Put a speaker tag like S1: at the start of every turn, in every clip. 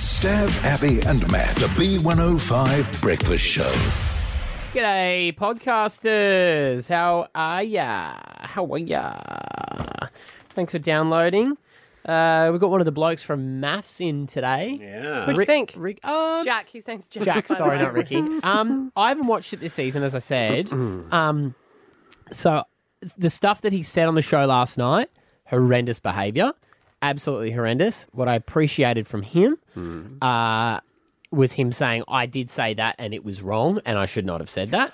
S1: Stav, Abby, and Matt, the B105 Breakfast Show.
S2: G'day, podcasters. How are ya? How are ya? Thanks for downloading. Uh, we got one of the blokes from Maths in today.
S3: Yeah.
S4: What'd you
S2: Rick-
S4: think?
S2: Rick, um,
S4: Jack, his name's Jack.
S2: Jack,
S4: by the
S2: sorry,
S4: way.
S2: not Ricky. Um, I haven't watched it this season, as I said.
S4: Mm.
S2: Um, so the stuff that he said on the show last night, horrendous behaviour, absolutely horrendous. What I appreciated from him
S4: Mm.
S2: uh, was him saying, "I did say that, and it was wrong, and I should not have said that."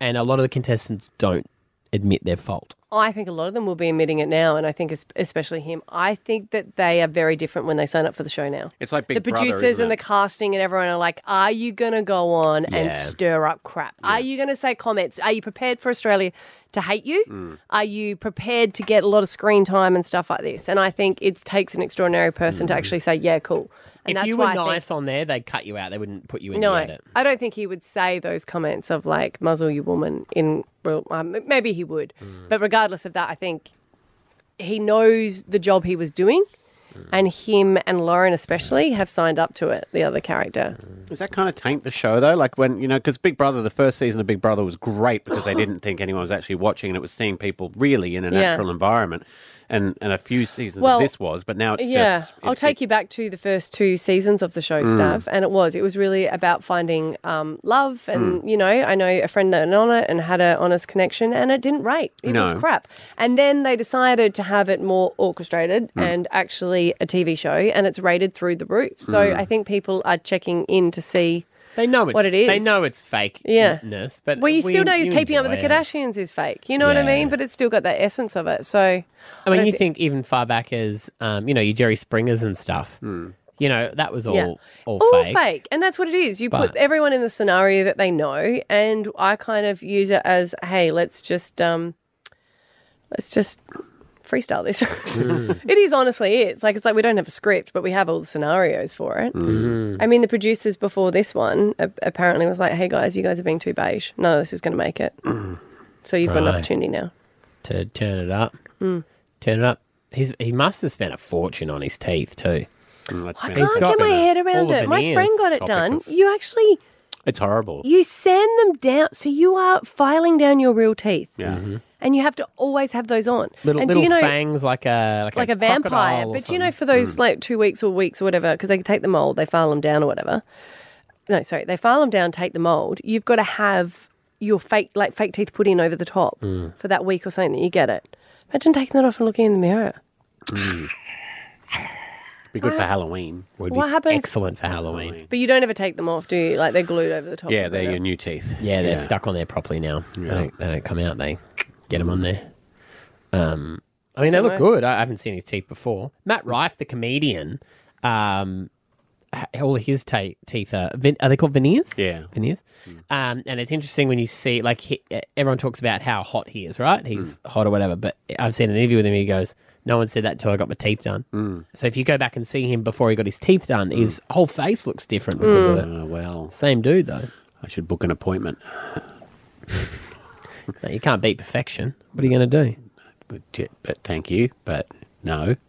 S2: And a lot of the contestants don't admit their fault.
S4: I think a lot of them will be admitting it now, and I think es- especially him. I think that they are very different when they sign up for the show now.
S3: It's like Big
S4: the producers
S3: Brother, isn't
S4: and the
S3: it?
S4: casting and everyone are like, "Are you gonna go on and
S2: Yeah.
S4: stir up crap? Are you gonna say comments? Are you prepared for Australia to hate you? Are you prepared to get a lot of screen time and stuff like this?" And I think it takes an extraordinary person to actually say, "Yeah, cool."
S2: if
S4: And that's
S2: you
S4: why
S2: were
S4: I think-
S2: nice on there, they'd cut you out. They wouldn't put you in
S4: No,
S2: the edit.
S4: I don't think he would say those comments of like "muzzle you woman" in real. Um, m- maybe he would,
S2: Mm.
S4: but regardless of that, I think he knows the job he was doing,
S2: Mm.
S4: and him and Lauren especially have signed up to it. The other character,
S3: Does that kind of taint the show though? Like when you know, because Big Brother, the first season of Big Brother was great because they didn't think anyone was actually watching, and it was seeing people really in a
S4: Yeah.
S3: natural environment. And and a few seasons
S4: Well,
S3: of this was, but now it's
S4: yeah,
S3: just.
S4: I'll take you back to the first two seasons of the show, Stav, and it was it was really about finding um, love, and you know, I know a friend that went on it and had an honest connection, and it didn't rate. It
S3: No.
S4: was crap. And then they decided to have it more orchestrated and actually a TV show, and it's rated through the roof. So I think people are checking in to see.
S2: They know it's
S4: What it
S2: They
S4: is.
S2: know it's fake.
S4: Yeah.
S2: but
S4: Well, you
S2: we-
S4: still know keeping up with the
S2: enjoy it.
S4: Kardashians is fake. You know what I
S2: Yeah.
S4: mean? But it's still got that essence of it. So
S2: I mean,
S4: don't
S2: you
S4: thi-
S2: think even far back as, um, you know, your Jerry Springers and stuff. You know, that was all
S4: Yeah.
S2: all,
S4: all
S2: fake.
S4: fake. and that's what it is. You
S2: But-
S4: put everyone in the scenario that they know, and I kind of use it as, hey, let's just um, let's just freestyle this. it is honestly, it's like it's like we don't have a script, but we have all the scenarios for it.
S2: Mm.
S4: I mean, the producers before this one a- apparently was like, hey guys, you guys are being too beige. None of this is going to make it. so you've got an
S2: Right.
S4: opportunity now.
S2: To turn it up,
S4: Hmm.
S2: turn it up. He's he must have spent a fortune on his teeth too.
S4: I
S3: I
S4: can't
S2: got
S4: get my
S2: an-
S4: head
S2: all
S4: around
S2: of
S4: it.
S2: an
S4: My
S2: ears
S4: friend got it
S2: topic
S4: done.
S2: of-
S4: You actually.
S3: It's horrible.
S4: You sand them down, so you are filing down your real teeth.
S3: yeah.
S2: Mm-hmm.
S4: and you have to always have those on.
S2: Little
S4: and
S2: little
S4: do you know,
S2: fangs like a like,
S4: like
S2: a,
S4: a vampire,
S2: crocodile or
S4: but do you know,
S2: something.
S4: for those like two weeks or weeks or whatever, because they take the mold, they file them down or whatever. No, sorry, they file them down, take the mold. You've got to have your fake like fake teeth put in over the top for that week or something that you get it. Imagine taking that off and looking in the mirror.
S3: Be good for Halloween.
S2: would
S4: what
S2: be
S4: happens-
S2: excellent for Halloween.
S4: But you don't ever take them off, do you? Like they're glued over the top.
S3: Yeah,
S4: of
S3: they're
S4: it.
S3: your new teeth.
S2: Yeah, they're stuck on there properly now. They, don't, they don't come out. They get them on there. Um, I mean, they look good. I I haven't seen his teeth before. Matt Rife, the comedian, um, ha- all his ta teeth are vin- are they called veneers?
S3: Yeah.
S2: veneers. Um, and it's interesting when you see like he, eh, everyone talks about how hot he is, right? He's hot or whatever. But I've seen an interview with him. He goes, "No one said that till I got my teeth done." So if you go back and see him before he got his teeth done, his whole face looks different because of it.
S3: Oh, well,
S2: Same dude though.
S3: I should book an appointment.
S2: No, you can't beat perfection. What are you going to do?
S3: But, but thank you, but no.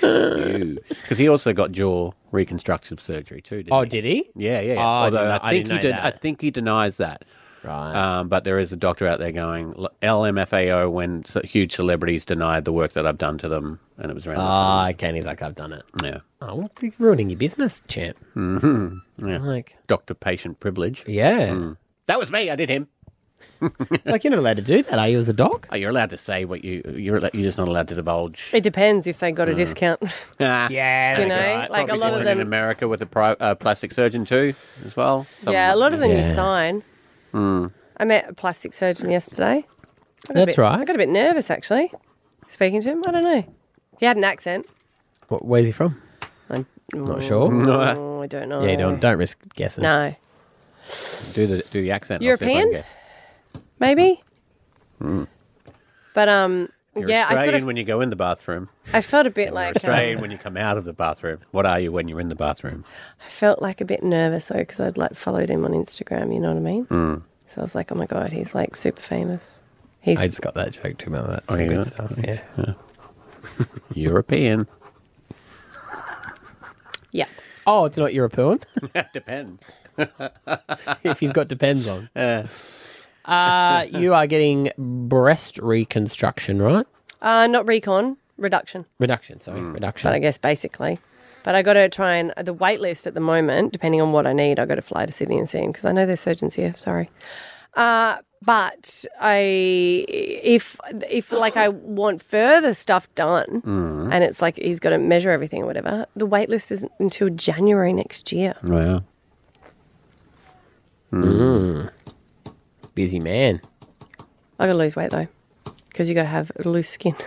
S3: Because he also got jaw reconstructive surgery too. Didn't
S2: Oh,
S3: he?
S2: did he?
S3: Yeah, yeah. yeah.
S2: Oh, I
S3: Although
S2: didn't
S3: I,
S2: know- I
S3: think
S2: didn't
S3: he
S2: know
S3: did.
S2: that.
S3: I think he denies that.
S2: Right.
S3: Um, but there is a doctor out there going "L- LMFAO when so- huge celebrities denied the work that I've done to them, and it was around.
S2: Ah, okay. And he's like, I've done it.
S3: the time. Yeah,
S2: Oh, well, you're ruining your business, champ. Mm-hmm.
S3: Yeah. Mm.
S2: Like,
S3: doctor-patient privilege.
S2: yeah.
S3: That was me. I did him.
S2: like, you're not allowed to do that, are you, as a doc?
S3: Oh, you're allowed to say what you you're al- you're just not allowed to divulge.
S4: It depends if they got a discount.
S3: Ah,
S2: Yeah.
S4: Do you
S2: that's
S4: know?
S2: right.
S4: Like a
S3: probably
S4: lot of
S3: different in
S4: them.
S3: America with a pri- uh, plastic surgeon too, as well. Some-
S4: yeah, a lot of them
S2: Yeah. Mm.
S4: you sign. I met a plastic surgeon yesterday. I got a
S2: That's
S4: bit-
S2: right.
S4: I got a bit nervous actually speaking to him. I don't know. He had an accent.
S2: What, where's he from?
S4: I'm
S2: Not sure.
S3: Mm.
S4: Oh, I don't know.
S2: Yeah, don't, don't risk guessing.
S4: No,
S3: do the do the accent. I'll see if I can
S4: European?
S3: guess.
S4: maybe.
S2: Mm.
S4: But um,
S3: You're
S4: yeah, I
S3: Australian
S4: sort of
S3: when you go in the bathroom.
S4: I felt a bit like uh,
S3: Australian when you come out of the bathroom. What are you when you're in the bathroom?
S4: uh, I felt like a bit nervous though because I'd like followed him on Instagram. You know what I mean?
S2: Mm.
S4: So I was like, oh my god, he's like super famous. He's
S2: I just got that joke too, man. That's
S3: Oh,
S2: some
S3: yeah.
S2: good stuff. Yeah.
S3: European.
S4: Yeah.
S2: Oh, it's not your opinion.
S3: Depends.
S2: if you've got depends on. Uh, you are getting breast reconstruction, right?
S4: Uh, not recon, reduction.
S2: Reduction, sorry,
S3: Mm.
S4: But I
S2: reduction.
S4: guess basically. But I got to try and the wait list at the moment, depending on what I need, I got to fly to Sydney and see him because I know there's surgeons here. Sorry, uh, but I if if like I want further stuff done, and it's like he's got to measure everything or whatever. The wait list isn't until January next year.
S3: Wow.
S2: Busy man.
S4: I got to lose weight though, because you got to have loose skin.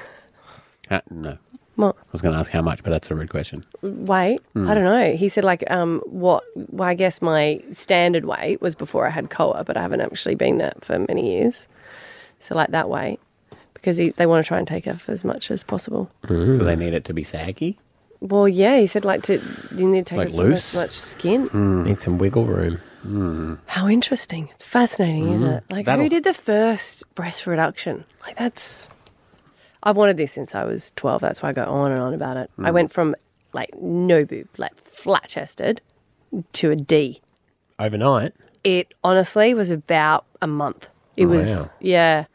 S3: Uh, no, I
S4: What?
S3: was going to ask how much, but that's a rude question.
S4: weight.
S3: Hmm.
S4: I don't know. He said like um what well I guess my standard weight was before I had COA, but I haven't actually been that for many years. So like that weight because he, they want to try and take off as much as possible.
S3: So they need it to be saggy.
S4: Well, yeah, he said like to you need to take
S3: Like
S4: as
S3: loose? Hmm.
S4: much skin.
S3: Mm.
S2: Need some wiggle room.
S4: How interesting! It's fascinating, isn't it? Like
S3: Hmm. That'll-
S4: who did the first breast reduction? Like that's I've wanted this since I was twelve. That's why I go on and on about it.
S3: Hmm.
S4: I went from like no boob, like flat chested, to a D.
S2: Overnight.
S4: it honestly was about a month. It was
S2: Wow.
S4: yeah,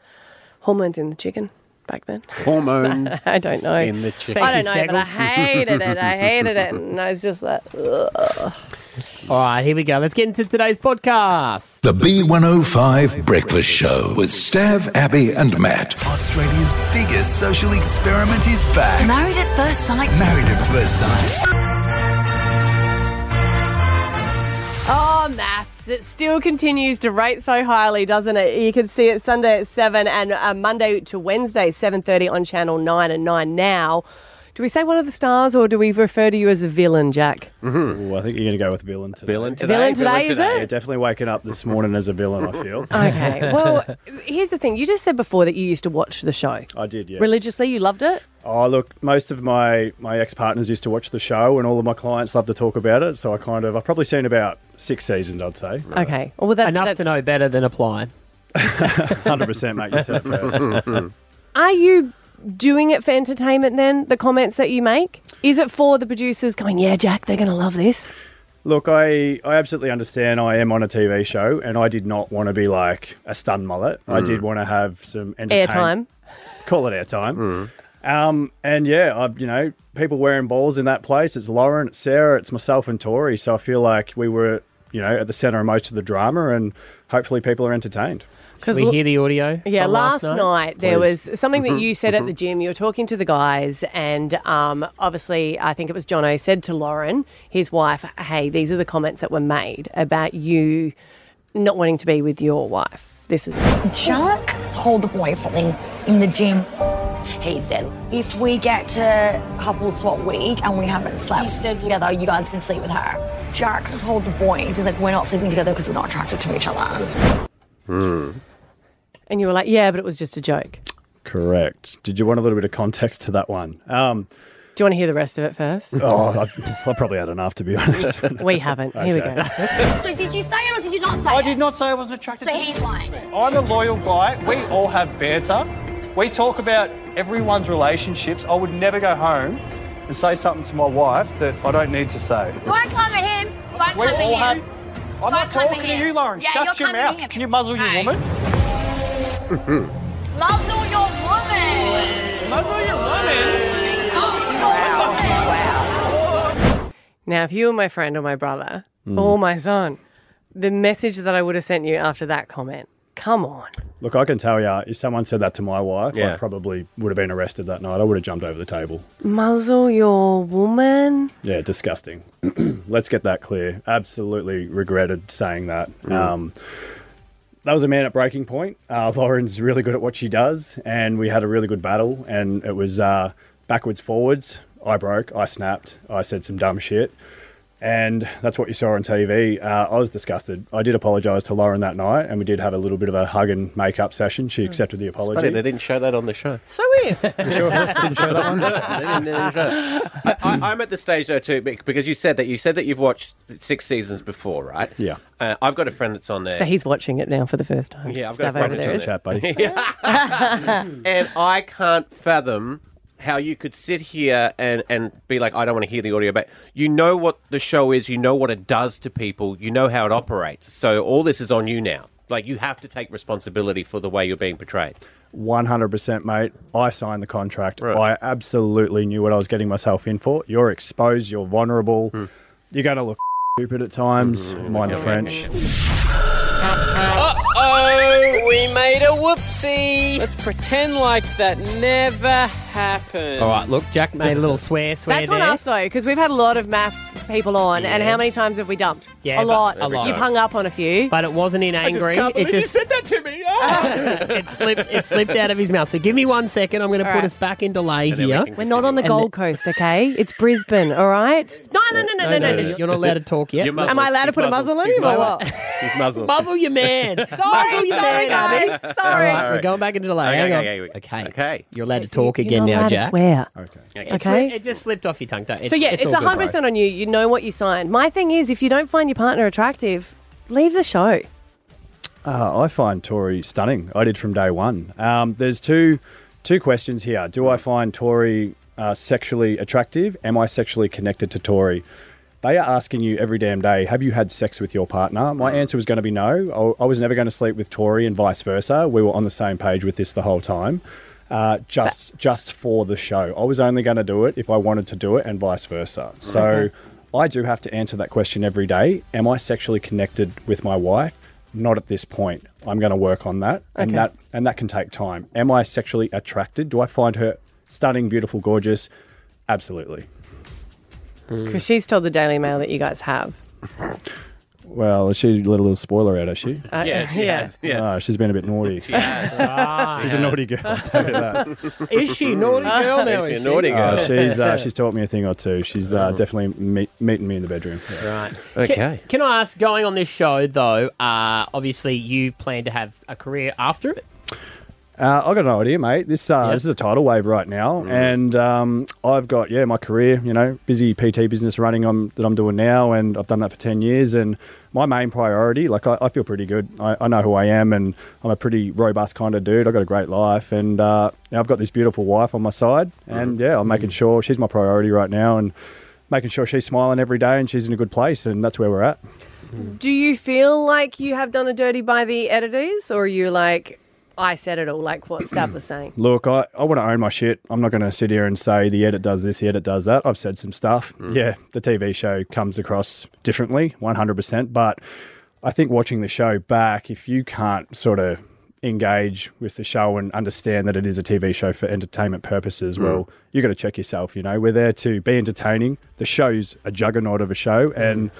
S4: hormones in the chicken back then.
S3: Hormones
S4: I don't know.
S3: in the chicken.
S4: I
S2: Becky
S4: don't know, but I
S2: Staggles.
S4: hated it. I hated it, and I was just like, ugh.
S2: All right, here we go. Let's get into today's podcast.
S1: The B105 Breakfast Show with Stav, Abby, and Matt. Australia's biggest social experiment is back.
S5: Married at First Sight.
S1: Married at First Sight.
S4: oh, maths. It still continues to rate so highly, doesn't it? You can see it Sunday at seven and uh, Monday to Wednesday seven thirty on Channel Nine and Nine now. Do we say one of the stars, or do we refer to you as a villain, Jack?
S6: Ooh, I think you're going to go with villain today.
S3: Villain today.
S4: Villain today, is it?
S6: Yeah, definitely waking up this morning as a villain, I feel.
S4: Okay. Well, here's the thing. You just said before that you used to watch the show.
S6: I did, Oh, yes.
S4: Religiously, you loved it?
S6: Oh, look, most of my, my ex partners used to watch the show, and all of my clients love to talk about it. So I kind of, I've probably seen about six seasons, I'd say.
S4: Okay. Well, that's
S2: Enough
S4: that's,
S2: to know better than apply.
S6: 100% make yourself first.
S4: Are you doing it for entertainment then, the comments that you make? Is it for the producers going, yeah, Jack, they're going to love this?
S6: Look, I, I absolutely understand I am on a TV show, and I did not want to be like a stun mullet. I
S3: Mm.
S6: did want to have some entertainment.
S4: Airtime.
S6: call it our time. Um, and yeah, I, you know, people wearing balls in that place. It's Lauren, it's Sarah, it's myself and Tori. So I feel like we were, you know, at the center of most of the drama, and hopefully people are entertained.
S4: Because
S2: we hear the audio.
S4: Yeah,
S2: from
S4: last, night, there
S2: Please. Mm-hmm.
S4: was something that you said at the gym. You were talking to the guys, and um, obviously, I think it was Jono said to Lauren, his wife, "Hey, these are the comments that were made about you not wanting to be with your wife." This is
S7: Jack told the boyfriend in the gym. He said, if we get to couple swap week and we haven't slept together, you guys can sleep with her. Jack told the boys, he's like, we're not sleeping together because we're not attracted to each other.
S4: and you were like, "Yeah, but it was just a joke."
S6: Correct. Did you want a little bit of context to that one? Um,
S4: Do you want to hear the rest of it first?
S6: oh, I've, I've probably had enough, to be honest.
S4: we haven't. Here we go.
S7: So did you say it or did you not say
S8: I
S7: it?
S8: did not say I wasn't attracted
S7: So
S8: to
S7: he's lying.
S8: I'm a loyal guy. We all have banter. We talk about everyone's relationships. I would never go home and say something to my wife that I don't need to say.
S7: Won't come at him. Won't
S8: We
S7: come at
S8: all
S7: you.
S8: have. I'm
S7: Won't
S8: not
S7: come at
S8: talking to
S7: him.
S8: you, Lauren.
S7: Yeah,
S8: Shut
S7: you're
S8: your
S7: coming
S8: mouth.
S7: at him.
S8: Can you muzzle your
S7: Hey.
S8: woman?
S7: Muzzle your woman.
S8: Muzzle your woman?
S4: Now, if you were my friend or my brother or my son, the message that I would have sent you after that comment, come on.
S6: look, I can tell you, if someone said that to my wife,
S3: Yeah.
S6: I probably would have been arrested that night. I would have jumped over the table.
S4: Muzzle your woman.
S6: Yeah, disgusting. Let's get that clear. Absolutely regretted saying that.
S3: Mm.
S6: Um, that was a man at breaking point. Uh, Lauren's really good at what she does, and we had a really good battle. And it was uh, backwards, forwards. I broke. I snapped. I said some dumb shit, and that's what you saw on TV. Uh, I was disgusted. I did apologise to Lauren that night, and we did have a little bit of a hug and make up session. She accepted the apology.
S3: Hmm. Funny, they didn't show that on the show.
S4: So weird.
S3: They didn't- they didn't show it. I, I, I'm at the stage though too bec- because you said that you said that you've watched six seasons before, right?
S6: Yeah.
S3: Uh, I've got a friend that's on there.
S4: so he's watching it now for the first time.
S3: yeah, I've
S4: Stuff
S3: got a
S4: over
S3: friend that's
S4: there
S3: on
S4: is-
S3: there.
S6: Chat, buddy.
S3: and I can't fathom how you could sit here and, and be like, I don't want to hear the audio, but you know what the show is, you know what it does to people, you know how it operates. So all this is on you now. Like you have to take responsibility for the way you're being portrayed.
S6: One hundred percent, mate. I signed the contract.
S3: Right.
S6: I absolutely knew what I was getting myself in for. You're exposed. You're vulnerable. You're going to look stupid at times. Mind the French.
S5: Oh, we made a whoopsie. Let's pretend like that never happened.
S2: All right, look, Jack made a little swear, swear
S4: That's
S2: there.
S4: on us though, because we've had a lot of maths people on, and how many times have we dumped?
S2: Yeah,
S4: a
S2: but-
S4: lot.
S2: a lot.
S4: You've hung up on a few.
S2: But it wasn't in angry. it just
S3: that to me.
S4: Ah.
S2: it slipped. It slipped out of his mouth. So give me one second. I'm going to put
S4: right.
S2: us back in delay
S3: then we
S2: here.
S3: can-
S4: We're not on the
S2: And
S4: Gold Coast, okay? It's Brisbane, all right? No, no, no, no, no, no. no,
S2: You're not allowed to talk yet.
S4: Am I allowed to put a muzzle on him or what?
S3: He's muzzled.
S2: Muzzle your man. Muzzle your
S4: sorry,
S2: man, Abby.
S4: guys. Sorry.
S2: All right, we're going back into delay.
S3: Okay,
S2: Hang on.
S3: okay, okay.
S2: okay.
S3: Okay.
S2: You're allowed to talk again
S4: You're not
S2: now,
S4: allowed to
S2: Jack.
S4: swear.
S6: Okay.
S2: It
S4: Okay.
S2: slipped- It just slipped off your tongue. Don't.
S4: So yeah, it's
S2: all good,
S4: hundred
S2: bro.
S4: percent on you. You know what you signed. My thing is, if you don't find your partner attractive, leave the show.
S6: Uh, I find Tori stunning. I did from day one. Um, there's two two questions here. Do I find Tori uh, sexually attractive? Am I sexually connected to Tori? They are asking you every damn day, have you had sex with your partner? My answer was going to be no. I, I was never going to sleep with Tori and vice versa. We were on the same page with this the whole time. Uh, just just for the show. I was only going to do it if I wanted to do it and vice versa. So I do have to answer that question every day. Am I sexually connected with my wife? Not at this point. I'm going to work on that, and
S4: Okay.
S6: that and that can take time. Am I sexually attracted? Do I find her stunning, beautiful, gorgeous? Absolutely.
S4: Because she's told the Daily Mail that you guys have.
S6: Well, she let a little spoiler out, has she?
S4: Uh,
S3: Yeah, she has. Yeah.
S6: Oh, she's been a bit naughty. She's a naughty girl. I'll tell you that.
S2: Is she naughty girl now?
S3: She's a
S2: Is she?
S3: naughty
S6: Oh,
S3: girl.
S6: she's uh, she's taught me a thing or two. She's uh, definitely meet, meeting me in the bedroom.
S2: Right.
S3: Okay.
S2: Can I ask, going on this show though, uh, obviously you plan to have a career after it.
S6: Uh, I got an idea, mate. This uh, this is a tidal wave right now, and um, I've got yeah my career, you know, busy PT business running on that I'm doing now, and I've done that for ten years. And my main priority, like I, I feel pretty good. I, I know who I am, and I'm a pretty robust kind of dude. I've got a great life, and uh, now I've got this beautiful wife on my side, and yeah, I'm making sure she's my priority right now, and making sure she's smiling every day and she's in a good place, and that's where we're at.
S4: Do you feel like you have done a dirty by the editors, or are you like, I said it all, like what Stab was saying?
S6: Look, I, I want to own my shit. I'm not going to sit here and say the edit does this, the edit does that. I've said some stuff. Yeah, the TV show comes across differently, 100%. But I think watching the show back, if you can't sort of engage with the show and understand that it is a TV show for entertainment purposes, well, you got to check yourself. You know, we're there to be entertaining. The show's a juggernaut of a show and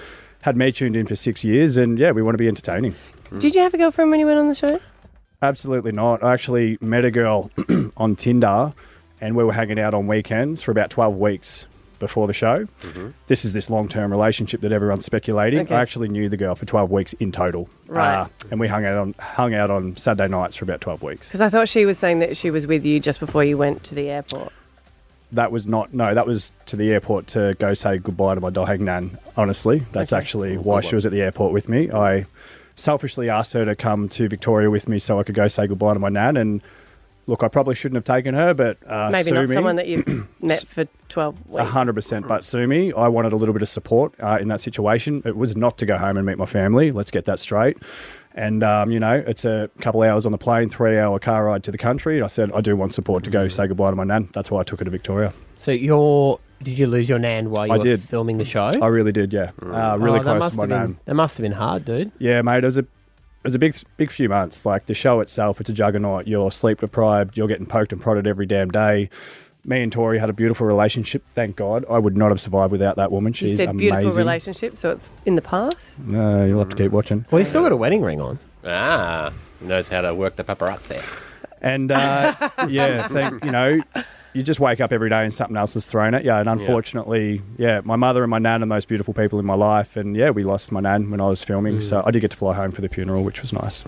S6: had me tuned in for six years. And yeah, we want to be entertaining.
S4: Did you have a girlfriend when you went on the show?
S6: Absolutely not. I actually met a girl on Tinder and we were hanging out on weekends for about 12 weeks before the show. This is this long term relationship that everyone's speculating.
S4: Okay.
S6: I actually knew the girl for 12 weeks in total. Uh,
S4: Right.
S6: and we hung out, on, hung out on Saturday nights for about 12 weeks.
S4: Because I thought she was saying that she was with you just before you went to the airport.
S6: That was not, no, that was to the airport to go say goodbye to my dog, Nan. Honestly, that's actually why she was at the airport with me. I selfishly asked her to come to Victoria with me so I could go say goodbye to my Nan. And look, I probably shouldn't have taken her, but uh, Uh-huh.
S4: Maybe
S6: sue
S4: not
S6: me.
S4: someone that you've met for twelve
S6: A
S4: weeks.
S6: hundred percent. But sue me. I wanted a little bit of support uh, in that situation. It was not to go home and meet my family. Let's get that straight. And um, you know, it's a couple hours on the plane, three hour car ride to the country. And I said I do want support to go say goodbye to my nan. That's why I took her to Victoria.
S2: So your did you lose your nan while you
S6: I
S2: were
S6: did.
S2: filming the show?
S6: I really did, yeah. Uh, really
S2: Oh, that
S6: close
S2: must
S6: to my
S2: have been-
S6: nan.
S2: That must have been hard, dude.
S6: Yeah, mate. It was a it was a big big few months. Like the show itself, it's a juggernaut. You're sleep deprived. You're getting poked and prodded every damn day. Me and Tori had a beautiful relationship. Thank God. I would not have survived without that woman. She's
S4: you said
S6: amazing.
S4: beautiful relationship, so it's in the past.
S6: No, you'll have to keep watching.
S2: Well, he's still got a wedding ring on.
S3: Ah, knows how to work the paparazzi.
S6: And uh, yeah, thank, you know, you just wake up every day and something else is thrown at you. And unfortunately, yeah. my mother and my nan are the most beautiful people in my life. And yeah, we lost my nan when I was filming, so I did get to fly home for the funeral, which was nice.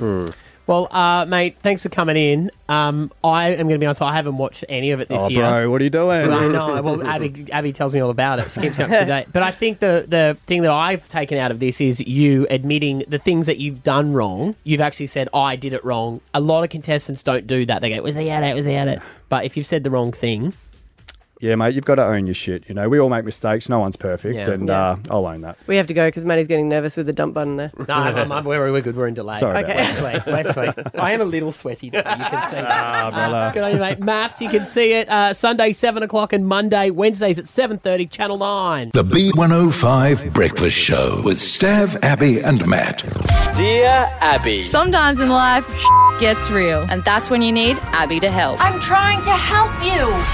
S2: Well, uh, mate, thanks for coming in. Um, I am going to be honest. I haven't watched any of it this
S6: Oh,
S2: year.
S6: bro, what are you doing?
S2: I know. Well, Abby, Abby tells me all about it. She keeps me up to date. But I think the the thing that I've taken out of this is you admitting the things that you've done wrong. You've actually said, oh, "I did it wrong." A lot of contestants don't do that. They go, "Was he at it? Was he at it?" But if you've said the wrong thing,
S6: yeah, mate, you've got to own your shit. You know, we all make mistakes. No one's perfect,
S2: Yeah.
S6: and
S4: Yeah.
S6: Uh, I'll own that.
S4: We have to go because Maddie's getting nervous with the dump button there.
S2: No, I'm, I'm- we're, we're good. We're in delay.
S6: Sorry
S4: Okay.
S6: about that.
S2: We're sweet. We're sweet. I am a little sweaty though. You can see that.
S6: Ah, brother.
S2: Good on you, mate. Maps, you can see it. Uh, Sunday, 7 o'clock, and Monday, Wednesdays at 7.30, Channel 9.
S1: The B105 Breakfast Show with Stav, Abby, and Matt.
S5: Dear Abby.
S9: Sometimes in life, gets real, and that's when you need Abby to help.
S10: Uh,
S7: I'm trying to help you.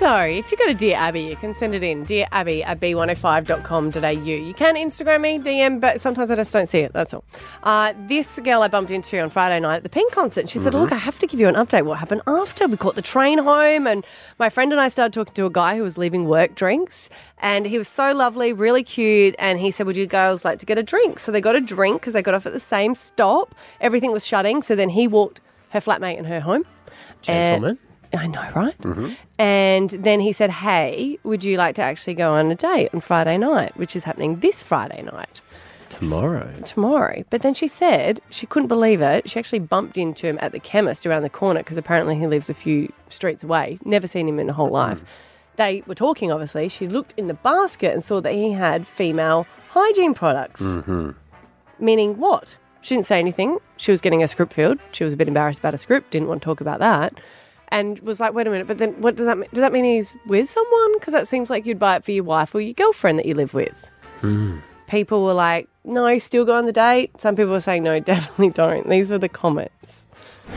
S4: So, if you've got a Dear Abby, you can send it in. Dear Abby at b105.com.au. You can Instagram me, DM, but sometimes I just don't see it. That's all. Uh, this girl I bumped into on Friday night at the Pink concert, she said, Look, I have to give you an update. What happened after? We caught the train home, and my friend and I started talking to a guy who was leaving work drinks. And he was so lovely, really cute. And he said, Would you girls like to get a drink? So they got a drink because they got off at the same stop. Everything was shutting. So then he walked her flatmate and her home. And-
S2: Gentlemen.
S4: I know, right? And then he said, Hey, would you like to actually go on a date on Friday night, which is happening this Friday night?
S2: Tomorrow.
S4: tomorrow. But then she said she couldn't believe it. She actually bumped into him at the chemist around the corner because apparently he lives a few streets away. Never seen him in her whole life. They were talking, obviously. She looked in the basket and saw that he had female hygiene products. Meaning what? She didn't say anything. She was getting a script filled. She was a bit embarrassed about a script, didn't want to talk about that. And was like, wait a minute, but then what does that mean? Does that mean he's with someone? Because that seems like you'd buy it for your wife or your girlfriend that you live with people were like, no, still go on the date. Some people were saying, no, definitely don't. These were the comments.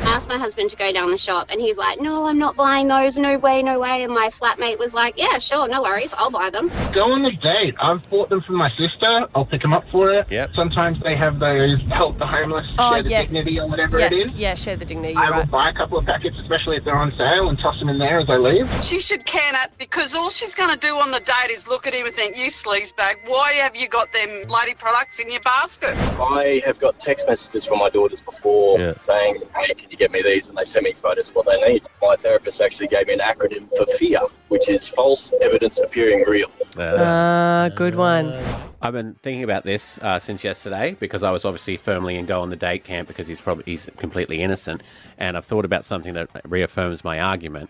S11: asked my husband to go down the shop and he's like, No, I'm not buying those, no way, no way and my flatmate was like, Yeah, sure, no worries, I'll buy them.
S12: Go on the date. I've bought them for my sister. I'll pick them up for her.
S3: Yep.
S12: Sometimes they have those help the homeless,
S4: Oh,
S12: share the
S4: yes.
S12: dignity or whatever it
S4: Yes,
S12: is.
S4: yeah, share the dignity.
S12: I
S4: You're
S12: will
S4: right.
S12: buy a couple of packets, especially if they're on sale, and toss them in there as I leave.
S9: She should can it because all she's going to do on the date is look at him and think, you sleazebag, why have you got them bloody products in your basket?
S13: I have got text messages from my daughters before
S3: Yeah.
S13: saying, hey, can you get me these? And they send me photos of what they need. My therapist actually gave me an acronym for FEAR, which is false evidence appearing real.
S4: Ah, good one.
S3: I've been thinking about this uh, since yesterday because I was obviously firmly in go on the date camp because he's probably he's completely innocent, and I've thought about something that reaffirms my argument.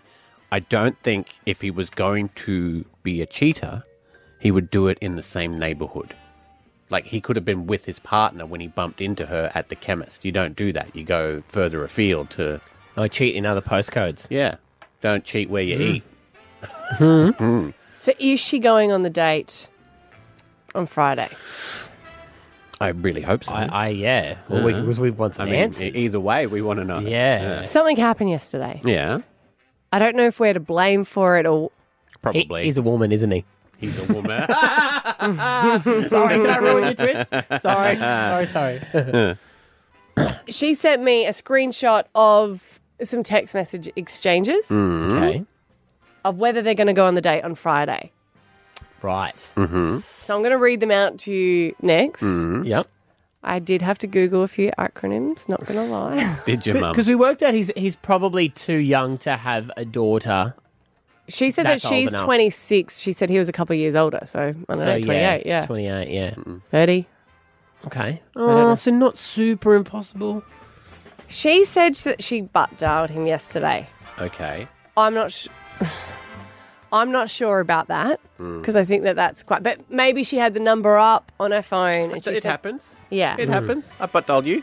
S3: I don't think if he was going to be a cheater, he would do it in the same neighborhood. Like he could have been with his partner when he bumped into her at the chemist. You don't do that. You go further afield to
S2: I Oh, cheat in other postcodes.
S3: yeah. Don't cheat where you eat.
S4: So is she going on the date on Friday?
S3: I really hope so.
S2: I,
S3: I,
S2: I yeah. Well, we, we, we want some
S3: Uh-huh. mean,
S2: answers.
S3: e- either way, we want to know.
S2: yeah.
S4: Something happened yesterday.
S3: Yeah.
S4: I don't know if we're to blame for it or.
S2: He-
S3: Probably.
S2: he's a woman, isn't he?
S3: he's a woman.
S2: Sorry, did I ruin your twist? Sorry, sorry, sorry.
S4: She sent me a screenshot of some text message exchanges
S12: Mm.
S2: Okay,
S4: of whether they're going to go on the date on Friday.
S2: right.
S4: So I'm going to read them out to you next.
S12: Mm.
S2: Yep.
S4: I did have to Google a few acronyms, not going to lie.
S3: Did your mum?
S2: Because we worked out he's he's probably too young to have a daughter.
S4: She said
S2: That's
S4: that
S2: old
S4: she's
S2: enough.
S4: 26. She said he was a couple years older. So, I don't know, 28, yeah.
S2: twenty eight, yeah.
S4: 30.
S2: Okay. Oh, so not super impossible.
S4: She said that she butt dialed him yesterday.
S3: Okay.
S4: I'm not sh- I'm not sure about that
S2: Hmm.
S4: because I think that that's quite. But maybe she had the number up on her phone and she
S3: it
S4: said,
S3: happens.
S4: "Yeah, Mm-hmm.
S3: It happens. I butt dialed you.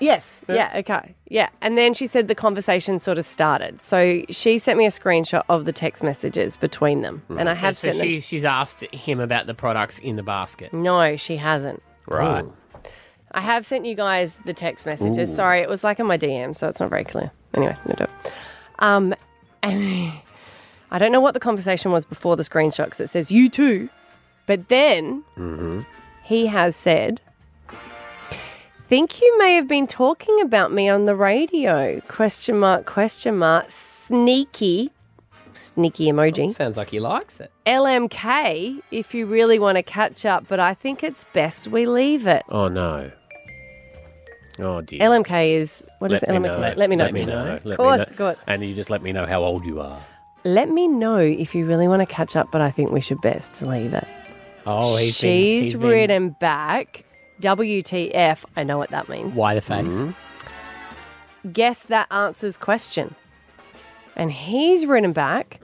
S4: yes, yeah, okay, yeah." And then she said the conversation sort of started. So she sent me a screenshot of the text messages between them, and I have
S2: So
S4: sent them.
S2: she, she's asked him about the products in the basket.
S4: No, she hasn't.
S3: Right.
S4: I have sent you guys the text messages. Sorry, it was like in my DM, so it's not very clear. Anyway, no doubt. Um, and I don't know what the conversation was before the screenshot 'cause it says you too, but then he has said, "Think you may have been talking about me on the radio?" Question mark? Question mark? Sneaky, sneaky emoji.
S2: Sounds like he likes it.
S4: LMK, if you really want to catch up, but I think it's best we leave it.
S3: Oh no. Oh dear.
S4: LMK is what is LMK? Let me know.
S3: Let me know. Let me
S4: Of course,
S3: know.
S4: of course.
S3: And you just let me know how old you are.
S4: Let me know if you really want to catch up, but I think we should best leave it.
S2: Oh, he's been-
S4: She's
S2: he's been-
S4: written back. WTF? I know what that means.
S2: Why the face?
S4: Guess that answers question. And he's written back.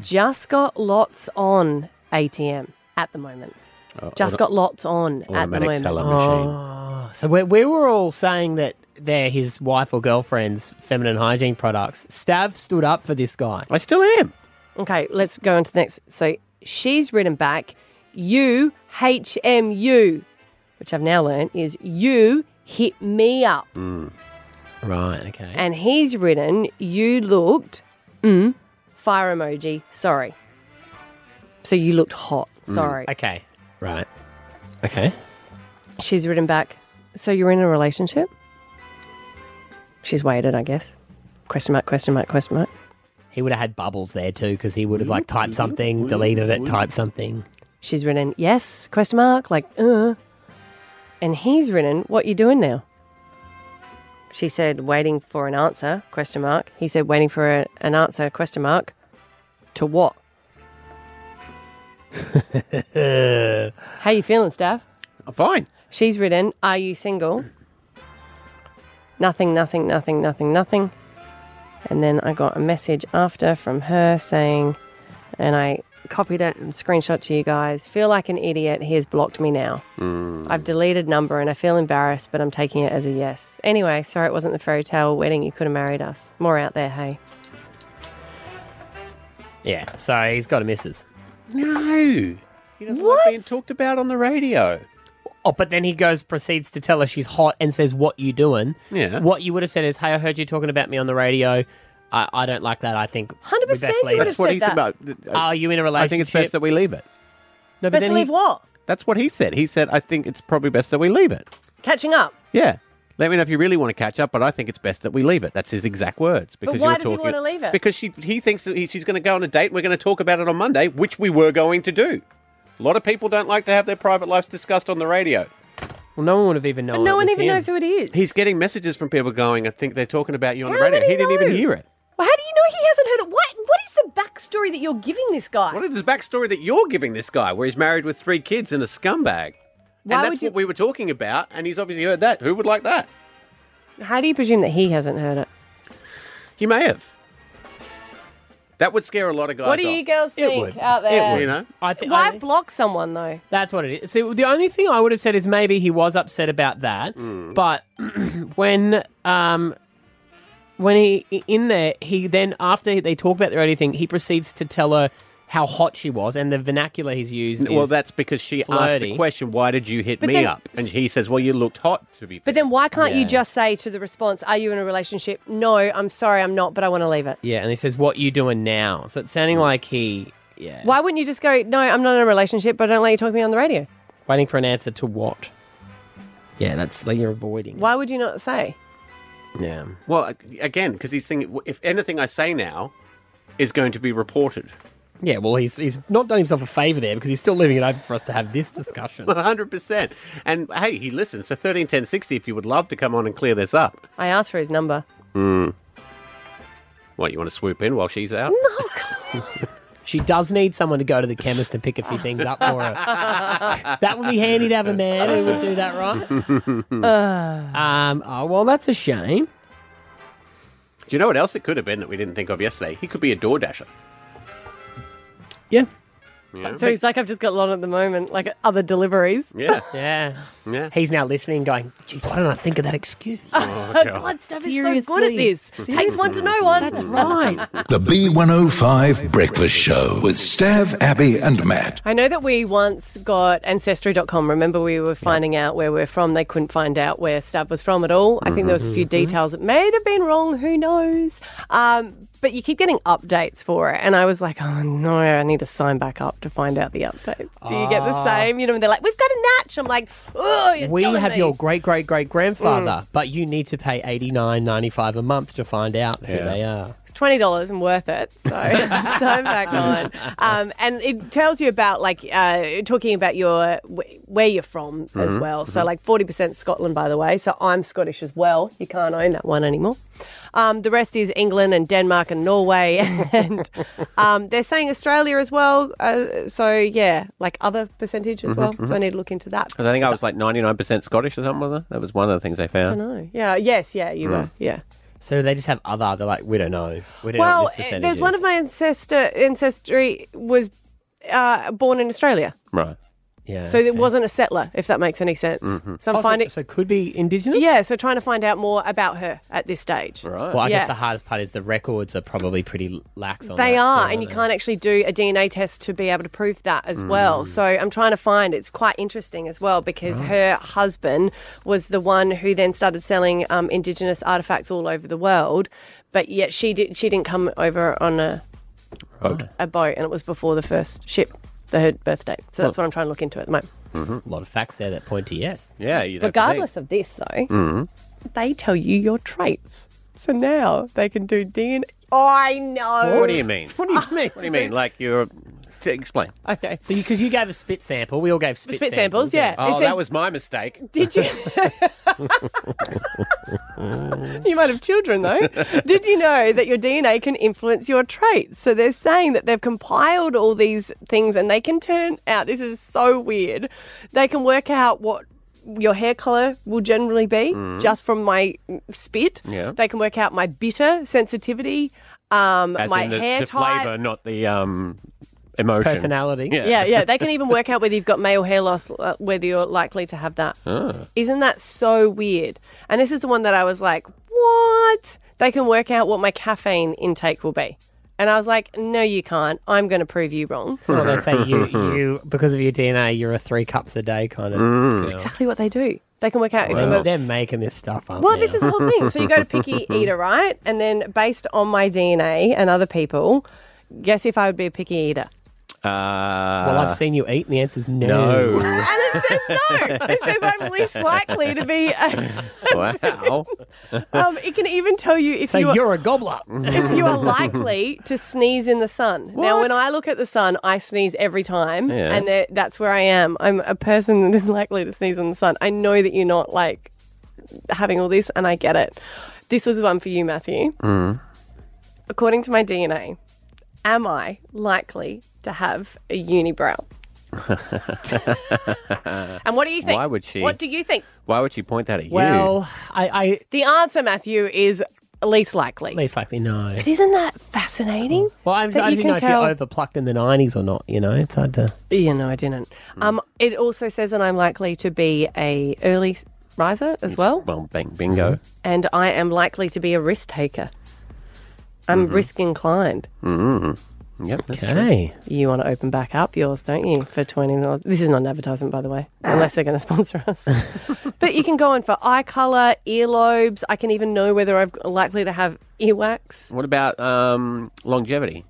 S4: just got lots on ATM at the moment.
S2: Oh,
S4: just
S2: auto-
S4: got lots on at the moment.
S2: Oh, so we, we were all saying that they're his wife or girlfriend's feminine hygiene products. Stav stood up for this guy. I still am.
S4: Okay, let's go on to the next. So she's written back, you HMU, which I've now learned is you hit me up.
S2: Right, okay.
S4: And he's written, you looked, mm, fire emoji, sorry. So you looked hot,
S2: Mm.
S4: sorry.
S2: Okay, right. Okay.
S4: She's written back, so you're in a relationship? She's waited, I guess. Question mark, question mark, question mark.
S2: He would have had bubbles there too because he would have like typed something, deleted it, typed something.
S4: She's written, yes, question mark, like, uh. And he's written, what you doing now? She said, waiting for an answer, question mark. He said, waiting for a, an answer, question mark. To what? How you feeling, Stav?
S3: I'm fine.
S4: She's written, are you single? Nothing, nothing, nothing, nothing, nothing. And then I got a message after from her saying, and I copied it and screenshot to you guys. Feel like an idiot. He has blocked me now. I've deleted number and I feel embarrassed, but I'm taking it as a yes. Anyway, sorry it wasn't the fairy tale wedding. You could have married us. More out there, hey.
S2: Yeah, so he's got a missus.
S3: No. He doesn't like being talked about on the radio.
S2: Oh, but then he goes, proceeds to tell her she's hot and says, What you doing?
S3: Yeah.
S2: What you would have said is, Hey, I heard you talking about me on the radio. I, I don't like that. I think 100% we best
S3: you
S2: leave
S3: would
S2: it."
S3: have That's what said he's that. about.
S2: Are you in a relationship?
S3: I think it's best that we leave it.
S2: No,
S4: Best leave what?
S3: That's what he said. He said, I think it's probably best that we leave it.
S4: Catching up.
S3: Yeah. Let me know if you really want to catch up, but I think it's best that we leave it. That's his exact words. Because you
S4: why
S3: were
S4: does he
S3: talking,
S4: wanna leave it?
S3: Because she, he thinks that he, she's going to go on a date. and We're going to talk about it on Monday, which we were going to do. A lot of people don't like to have their private lives discussed on the radio.
S2: Well, no one would have even known.
S4: But no one even knows who it is.
S3: He's getting messages from people going, I think they're talking about you on
S4: How
S3: the radio.
S4: would he
S3: He didn't even
S4: know?
S3: hear it.
S4: Well, how do you know he hasn't heard it? What what is the backstory that you're giving this guy?
S3: What is the backstory that you're giving this guy, where he's married with three kids and a scumbag?
S4: Why
S3: and that's
S4: would you-
S3: what we were talking about, and he's obviously heard that. Who would like that?
S4: How do you presume that he hasn't heard it?
S3: He may have. That would scare a lot of guys
S4: What do you
S3: off.
S4: girls think out there?
S3: You know?
S2: I think
S4: Why block someone though?
S2: That's what it is. See, the only thing I would have said is maybe he was upset about that, but when um, when he in there, he then after they talk about the radio thing, he proceeds to tell her how hot she was, and the vernacular he's used.
S3: Well,
S2: is
S3: that's because she asked
S2: flirty.
S3: the question, why did you hit
S4: But
S3: me
S4: then-
S3: up? And he says, well, you looked hot to be
S4: But then why can't you
S2: Yeah.
S4: just say to the response, "Are you in a relationship?" No, I'm sorry, I'm not, but I want to leave it.
S2: Yeah, and he says, "What you doing now?" So it's sounding like he yeah
S4: Why wouldn't you just go, "No, I'm not in a relationship, but I don't let you talk to me on the radio."
S2: waiting for an answer to what. Yeah, that's like you're avoiding.
S4: Why would you not say?
S2: Yeah.
S3: Well, a- again, because he's thinking, "W- if anything I say now is going to be reported.
S2: Yeah, well, he's he's not done himself a favour there because he's still leaving it open for us to have this discussion.
S3: 100%. And hey, he listens. So 131060, if you would love to come on and clear this up.
S4: I asked for his number.
S3: What, you want to swoop in while she's out?
S2: She does need someone to go to the chemist and pick a few things up for her. that would be handy to have a man who would do that, right? um, oh, well, that's a shame.
S3: Do you know what else it could have been that we didn't think of yesterday? He could be a door dasher.
S2: Yeah.
S3: Yeah.
S4: So he's like, "I've just got a lot at the moment, like other deliveries."
S3: Yeah.
S2: Yeah.
S3: Yeah.
S2: He's now listening, going, geez, why don't I think of that excuse?
S4: Oh, God, stuff is so good at this. Takes one to know one. That's right.
S1: The B105 Breakfast Show with Stav, Abby, and Matt.
S4: I know that we once got Ancestry.com. Remember, we were finding out where we're from. They couldn't find out where Stab was from at all. I think there
S2: Mm-hmm.
S4: was a few
S14: Mhm.
S4: details that may have been wrong. Who knows? Um, but you keep getting updates for it. And I was like, oh, no, I need to sign back up to find out the updates. Do you get the
S2: Ah.
S4: same? You know, and they're like, we've got a natch. I'm like, oh, you're
S2: we
S4: telling
S2: have
S4: me." Mm.
S2: your great great great grandfather, but you need to pay eighty nine ninety five a month to find out who
S4: Yeah.
S2: they are.
S4: It's twenty dollars and worth it. So sign back on, um, and it tells you about like uh, talking about your wh- where you're from as
S14: Mhm,
S4: well.
S14: mhm.
S4: So like forty percent Scotland, by the way. So I'm Scottish as well. You can't own that one anymore. Um, the rest is England and Denmark and Norway, and um, they're saying Australia as well. Uh, so yeah, like other percentage as
S3: Mhm,
S4: well. So I
S3: mhm.
S4: need to look into that.
S3: 'Cause I think I was like 99% Scottish or something like that. That was one of the things I
S4: I
S3: found.
S4: don't know. Yeah. Oh, Yes. Yeah. You
S3: Mm.
S4: were. Yeah.
S2: So they just have other. They're like, we don't know. We don't know
S4: well,
S2: what this
S4: eh,
S2: percentage
S4: there's one
S2: is."
S4: of my ancestor ancestry was uh, born in Australia,
S3: Right.
S2: Yeah.
S4: so it wasn't a settler, if that makes any sense.
S2: Mhm.
S4: So I'm
S2: Oh, so-
S4: finding
S2: so could be indigenous.
S4: Yeah, so trying to find out more about her at this stage.
S2: Well, I guess
S4: Yeah.
S2: the hardest part is the records are probably pretty lax on
S4: They
S2: that
S4: are,
S2: too,
S4: and you
S2: aren't
S4: can't actually do a DNA test to be able to prove that as well.
S2: Mm.
S4: So I'm trying to find it's quite interesting as well because
S2: Right.
S4: her husband was the one who then started selling um, indigenous artifacts all over the world, but yet she did she didn't come over on a a boat, and it was before the first ship, the her birth date. So that's
S2: Well-
S4: what I'm trying to look into at the moment.
S2: A lot of facts there that point to yes.
S3: Yeah.
S4: Regardless of this, though, they tell you your traits, so now they can do DNA. Oh, I know.
S3: What do you mean?
S2: What do you mean?
S3: What do you mean? Like you're. t- Explain.
S2: Okay. So because you, gave a spit sample, we all gave spit,
S4: Spit samples, yeah.
S3: Oh,
S4: It
S3: that
S4: says-
S3: was my mistake.
S4: Did you? you might have children though. Did you know that your DNA can influence your traits? So they're saying that they've compiled all these things and they can turn out this is so weird. They can work out what your hair color will generally be
S14: Mhm.
S4: just from my spit.
S3: Mm. Yeah.
S4: They can work out my bitter sensitivity, um,
S3: As
S4: my
S3: in the,
S4: hair
S3: the
S4: type.
S3: flavor, not the um, emotion.
S2: Personality.
S3: Yeah.
S4: yeah, yeah. They can even work out whether you've got male hair loss, uh, whether you're likely to have that.
S3: Ah.
S4: Isn't that so weird? And this is the one that I was like, what? They can work out what my caffeine intake will be. And I was like, no, you can't. I'm going to prove you wrong.
S2: So what they say you, you because of your DNA, you're a three cups a day kind of.
S3: Mm.
S2: girl.
S3: It's
S4: Exactly what they do. They can work out if
S2: Well,
S4: I'm a.
S2: they're making this stuff up.
S4: Well,
S2: now.
S4: this is the whole thing. So you go to picky eater, right? And then based on my DNA and other people, guess if I would be a picky eater.
S2: Well,
S4: Uh,
S2: I've seen you eat, and the answer's no.
S3: Uh, No.
S4: It says I'm least likely to be. A,
S3: wow.
S4: um, it can even tell you if
S2: So
S4: you are, Mm-hmm.
S2: you're a gobbler.
S4: if you are likely to sneeze in the sun. Now, when I look at the sun, I sneeze every time,
S2: Yeah.
S4: and that- that's where I am. I'm a person that is likely to sneeze in the sun. I know that you're not like having all this, and I get it. This was one for you, Matthew.
S14: Mm.
S4: According to my DNA, am I likely to have a unibrow? And what do you think?
S3: Why would she?
S4: What do you think?
S3: Why would she point that at you?
S2: Well, I, I
S4: the answer, Matthew, is least likely.
S2: least likely no.
S4: But isn't that fascinating?
S2: Well, I'm,
S4: that
S2: I
S4: you
S2: didn't
S4: can
S2: know
S4: tell.
S2: if you overplucked in the '90s or not. You know, it's hard to.
S4: Yeah, no, I didn't. Um, it also says that I'm likely to be a early riser as well,
S3: Well, bang, bingo.
S4: and I am likely to be a risk taker. I'm risk inclined.
S3: Mm. Yep. that's true.
S4: You want to open back up yours, don't you? For twenty dollars. This is not an advertisement, by the way, unless they're going to sponsor us. but you can go on for eye color, earlobes. I can even know whether I'm likely to have earwax.
S3: What about um, longevity?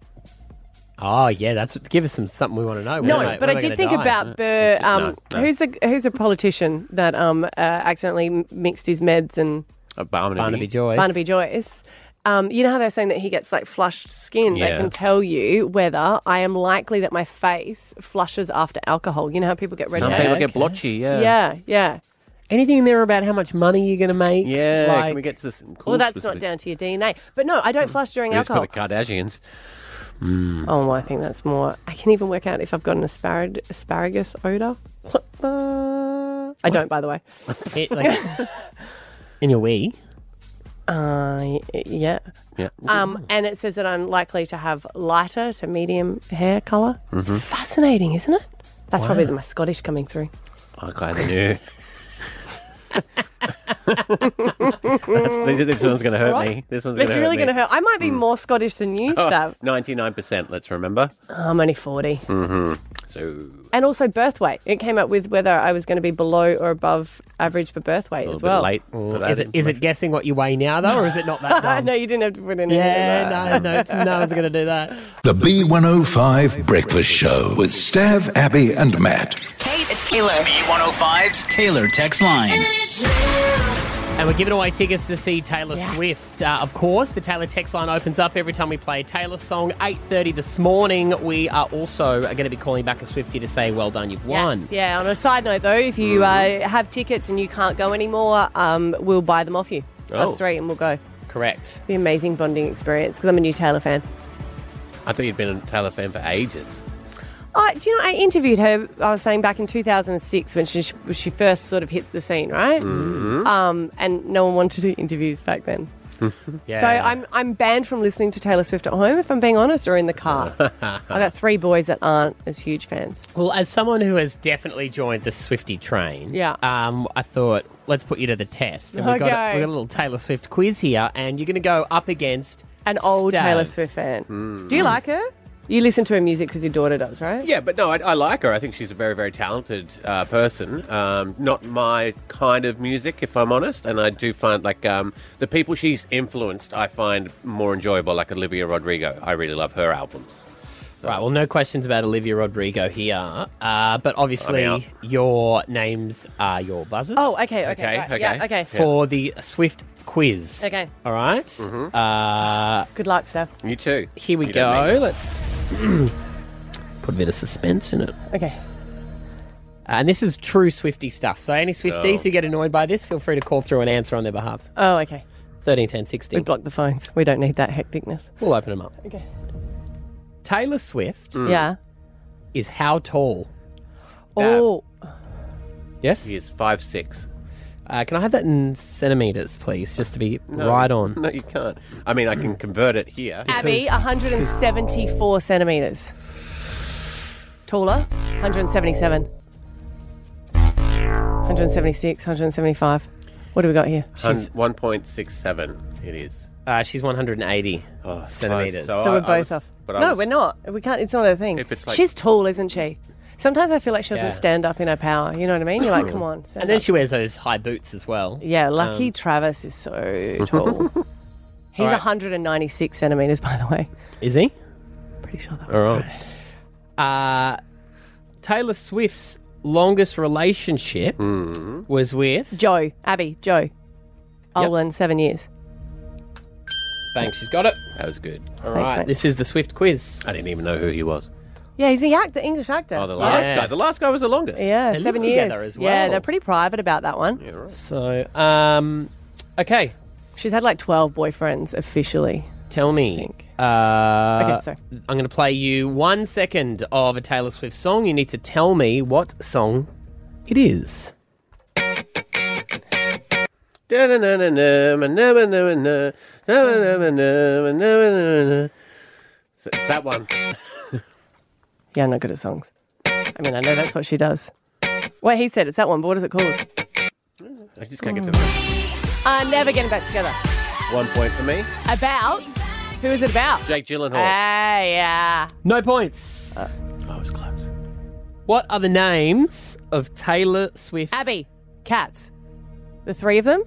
S2: Oh yeah, that's give us some something we want to know.
S4: No,
S2: When am
S4: but
S2: when am
S4: I
S2: gonna
S4: did think
S2: die? Uh,
S4: about Burr.
S2: Just
S4: Um,
S2: no, no.
S4: Who's the who's a politician that um uh, accidentally m- mixed his meds and
S3: A Barnaby.
S2: Barnaby Joyce.
S4: Barnaby Joyce? Um, you know how they're saying that he gets like flushed skin. They
S3: Yeah.
S4: can tell you whether I am likely that my face flushes after alcohol. You know how people get red
S3: Some
S4: face.
S3: people get blotchy. Yeah.
S4: yeah, yeah.
S2: Anything in there about how much money you're going to make?
S3: Yeah.
S2: Like-
S3: can we get to some cool
S4: Well, that's not
S3: specific-
S4: down to your DNA. But no, I don't flush during
S3: It's for
S4: alcohol.
S3: the Kardashians.
S4: Oh, I think that's more. I can even work out if I've got an asparag- asparagus odor. What the? I don't, by the way.
S2: It, like- in your wee.
S4: Uh, y- yeah.
S3: Yeah.
S4: Um, and it says that I'm likely to have lighter to medium hair color.
S3: Mhm.
S4: Fascinating, isn't it? That's probably
S3: Wow.
S4: my Scottish coming through.
S3: Oh, I kind of knew. That's- this one's going to hurt
S4: Right.
S3: me. Mm. Oh. This one's going
S4: it's
S3: to
S4: really going to hurt. I might be more Scottish than you, Stav.
S3: Ninety-nine percent. Let's remember.
S4: I'm only 40.
S3: Mm-hmm. So
S4: And also birth weight. It came up with whether I was going to be below or above average for birth weight as well.
S2: Is it, is it guessing what you weigh now though, or is it not that dumb?
S4: no, you didn't have to put in any of
S2: yeah,
S4: that.
S2: no, no, no one's going to do that.
S1: The B105 Breakfast Show with Stav, Abby, and Matt.
S14: Kate, it's Taylor. B105's Taylor text line.
S2: And we're giving away tickets to see Taylor Swift. Uh, of course, the Taylor text line opens up every time we play a Taylor song. 8.30 this morning, we are also going to be calling back a Swifty to say, well done, you've won.
S4: Yes, yeah. On a side note, though, if you
S3: Mm-hmm.
S4: uh, have tickets and you can't go anymore, um, we'll buy them off you.
S3: Oh.
S4: Us three, and we'll go.
S2: Correct.
S4: Be an amazing bonding experience because I'm a new Taylor fan.
S3: I thought you'd been a Taylor fan for ages.
S4: Oh, do you know, I interviewed her, I was saying, back in 2006 when she, when she first sort of hit the scene, right?
S3: Mhm.
S4: Um, and no one wanted to do interviews back then. So I'm I'm banned from listening to Taylor Swift at home if I'm being honest, or in the car. I got three boys that aren't as huge fans.
S2: Well, as someone who has definitely joined the Swifty train,
S4: Yeah.
S2: um, I thought let's put you to the test. And we've got, a,
S4: Okay.
S2: we've got a little Taylor Swift quiz here, and you're going to go up against
S4: An old
S2: Stav.
S4: Taylor Swift fan. Do you like her? You listen to her music because your daughter does, right?
S3: Yeah, but no, I, I like her. I think she's a very, very talented uh, person. Um, not my kind of music, if I'm honest. And I do find like um, the people she's influenced, I find more enjoyable. Like Olivia Rodrigo, I really love her albums.
S2: Right. Well, no questions about Olivia Rodrigo here, uh, but
S3: I'm out.
S2: obviously your names are your buzzers.
S4: Oh, okay, okay, right. yeah, okay.
S2: For the Swift quiz.
S4: Okay.
S2: All right? Uh,
S4: Good luck, Steph.
S3: You too.
S2: Here we
S4: You
S2: go.
S4: don't need to.
S2: Let's put a bit of suspense in it.
S4: Okay.
S2: And this is true Swifty stuff. So any Swifties
S4: Oh.
S2: who get annoyed by this, feel free to call through and answer on their behalves.
S4: Oh, okay.
S2: 13, 10, 16.
S4: We block the phones. We don't need that hecticness.
S2: We'll open them up.
S4: Okay.
S2: Taylor Swift.
S4: Yeah.
S2: Is how tall?
S4: Oh,
S2: Yes.
S3: She is five six.
S2: Uh, can I have that in centimeters, please, just to be
S3: No.
S2: right on?
S3: No, you can't. I mean, I can convert it here.
S4: Abby, 174 centimeters. Taller, 177. 176, 175. What do we got here?
S3: Hun- 1.67 it is.
S2: Uh, she's 180 centimeters.
S3: so
S4: So we're both off.
S2: but I
S4: No,
S2: was-
S4: we're not. We can't. It's not a thing.
S2: If it's like-
S4: She's tall, isn't she? Sometimes I feel like she doesn't
S2: Yeah.
S4: stand up in her power. You know what I mean? You're like, come on. Stand
S2: and then
S4: up.
S2: she wears those high boots as well.
S4: Yeah, lucky
S2: Um,
S4: Travis is so tall. He's
S2: All right.
S4: 196 centimeters, by the way.
S2: Is he?
S4: Pretty sure that.
S2: All right. Uh, Taylor Swift's longest relationship
S3: Mm.
S2: was with
S4: Joe, Abby, Joe. Olin, seven years.
S2: Bang, she's got it.
S3: That was good.
S2: All right,
S4: mate.
S2: this is the Swift quiz.
S3: I didn't even know who he was.
S4: Yeah, he's the actor, English actor.
S3: Oh, the last
S2: Yeah.
S3: guy. The last guy was the longest.
S4: Yeah,
S2: They
S4: seven
S2: live
S4: years.
S2: together as
S4: Yeah,
S2: well.
S4: they're pretty private about that one. Yeah,
S3: right.
S2: So, um, okay.
S4: She's had like 12 boyfriends officially.
S2: Tell me. Uh,
S4: Okay, sorry.
S2: I'm going to play you one second of a Taylor Swift song. You need to tell me what song it is.
S3: It's it's that one.
S4: Yeah, I'm not good at songs. I mean, I know that's what she does. Wait, he said it's that one, but what is it called?
S3: I just can't get to the
S4: Uh, never getting back together.
S3: one point for me.
S4: About? Who is it about?
S3: Jake Gyllenhaal.
S4: Ah, yeah.
S2: No points.
S4: Uh.
S3: I was close.
S2: What are the names of Taylor Swift?
S4: Abby, cats. The three of them?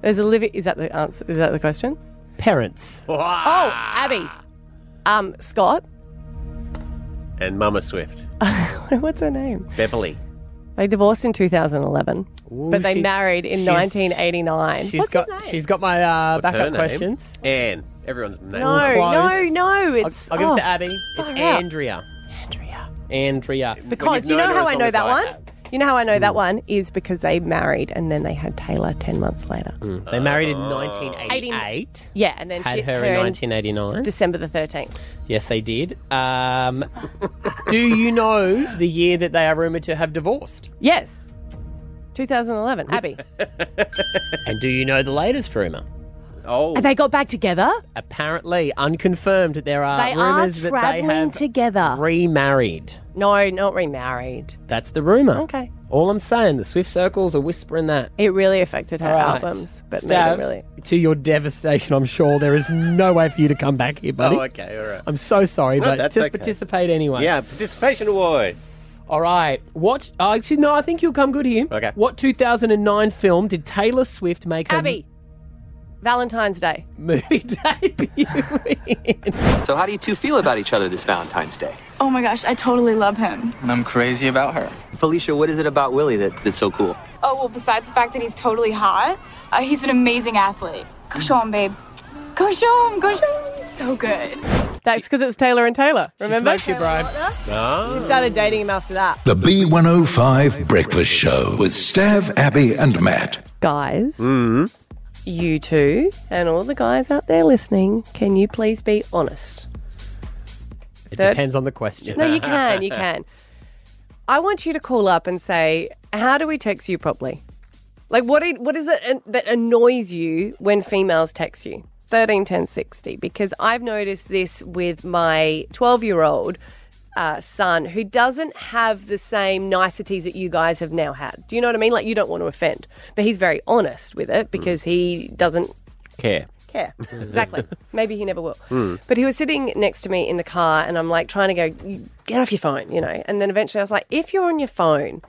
S4: There's Olivia. Is that the answer? Is that the question?
S2: Parents.
S4: Oh, Abby. Um, Scott.
S3: And Mama Swift.
S4: What's her name?
S3: Beverly.
S4: They divorced in 2011, but they
S2: she-
S4: married in
S2: she's-
S4: 1989.
S2: She's
S4: What's
S2: got.
S4: his name?
S2: She's got my uh,
S3: What's her
S2: backup
S3: name?
S2: questions.
S3: Anne. Everyone's name.
S4: No, no, no. It's oh,
S2: I'll give it
S4: off.
S2: to Abby. It's
S4: Far out.
S2: Andrea. Andrea. Andrea.
S4: Because you know how I know that one? You know how I know
S2: Hmm.
S4: that one is because they married and then they had Taylor 10 months later.
S2: They married in 1988.
S4: Yeah, and then
S2: Hmm. Had
S4: she
S2: her in 1989.
S4: December the 13th.
S2: Yes, they did. Um, do you know the year that they are rumored to have divorced?
S4: Yes. 2011. Abby.
S2: And do you know the latest rumor?
S3: Oh,
S4: And they got back together?
S2: apparently unconfirmed. There are
S4: they are
S2: Uh, rumors that they
S4: traveling
S2: have
S4: together.
S2: remarried.
S4: no, not remarried.
S2: That's the rumor.
S4: Okay.
S2: All I'm saying, the Swift circles are whispering that.
S4: It really affected her
S2: All right.
S4: albums, but made
S2: Stav,
S4: them really.
S2: to your devastation, I'm sure there is no way for you to come back here, buddy.
S3: Oh, okay, all right.
S2: I'm so sorry,
S3: No,
S2: but
S3: that's
S2: just
S3: okay.
S2: participate anyway.
S3: Yeah, participation award.
S2: All right. What? Uh, actually, no. I think you'll come good here. Okay. What 2009 film did Taylor Swift make her
S4: Abby. Valentine's Day.
S2: movie debut?
S15: So, how do you two feel about each other this Valentine's Day?
S16: Oh my gosh, I totally love him.
S15: And I'm crazy about her. Felicia, what is it about Willie that, that's so cool?
S16: Oh, well, besides the fact that he's totally hot, uh, he's an amazing athlete. Go show him, babe. Go show him, go show him. So good.
S4: That's because it's Taylor and Taylor, remember?
S2: smoked you, bro.
S4: She started dating him after that.
S1: The B105 Breakfast Show with Stav, Abby, and Matt.
S4: Guys, you two and all the guys out there listening, can you please be honest?
S2: It
S4: That-
S2: depends on the question.
S4: No, you can, you can. I want you to call up and say, how do we text you properly? Like, what, it, what is it an- that annoys you when females text you? 13, 10, 60. Because I've noticed this with my 12 year old uh, son who doesn't have the same niceties that you guys have now had. Do you know what I mean? Like, you don't want to offend, but he's very honest with it because he doesn't
S3: Care.
S4: care. Exactly. Maybe he never will. But he was sitting next to me in the car, and I'm like trying to go, "You- get off your phone, you know. And then eventually I was like, if you're on your phone,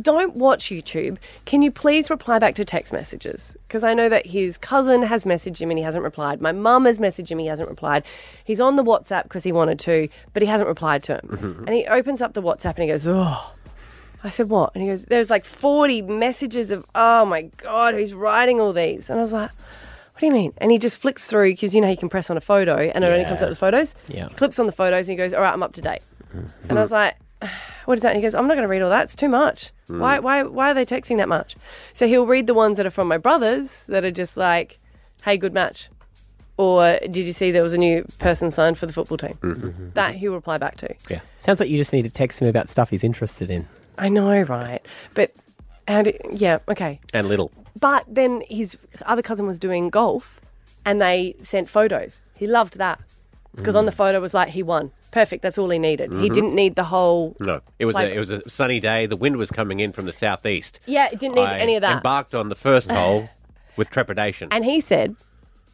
S4: don't watch YouTube. Can you please reply back to text messages? Because I know that his cousin has messaged him and he hasn't replied. My mum has messaged him, he hasn't replied. He's on the WhatsApp because he wanted to, but he hasn't replied to him. And he opens up the WhatsApp and he goes, oh. I said, what? And he goes, there's like 40 messages of, oh my God, who's writing all these? And I was like, what do you mean? And he just flicks through because you know he can press on a photo and it only comes
S10: Yeah.
S4: up with photos.
S10: Yeah. Mm-hmm.
S4: He clips on the photos and he goes, all right, I'm up to date. And I was like, what is that? And he goes, I'm not going to read all that. It's too much.
S10: Mm.
S4: Why, why, why are they texting that much? So he'll read the ones that are from my brothers that are just like, hey, good match. Or did you see there was a new person signed for the football team?
S10: Mm-hmm.
S2: Mhm.
S4: That he'll reply back to.
S2: Yeah. Sounds like you just need to text him about stuff he's interested in.
S4: I know, right? But, how do, yeah, okay.
S3: And little.
S4: But then his other cousin was doing golf and they sent photos. He loved that because
S2: Mm.
S4: on the photo was like, he won. Perfect. That's all he needed. He
S2: Mm-hmm.
S3: Mhm.
S4: didn't need the whole.
S3: No, it was
S4: Like-
S3: a, it was a sunny day. The wind was coming in from the southeast.
S4: Yeah, it didn't need
S3: I
S4: any of that.
S3: Embarked on the first hole with trepidation.
S4: And he said,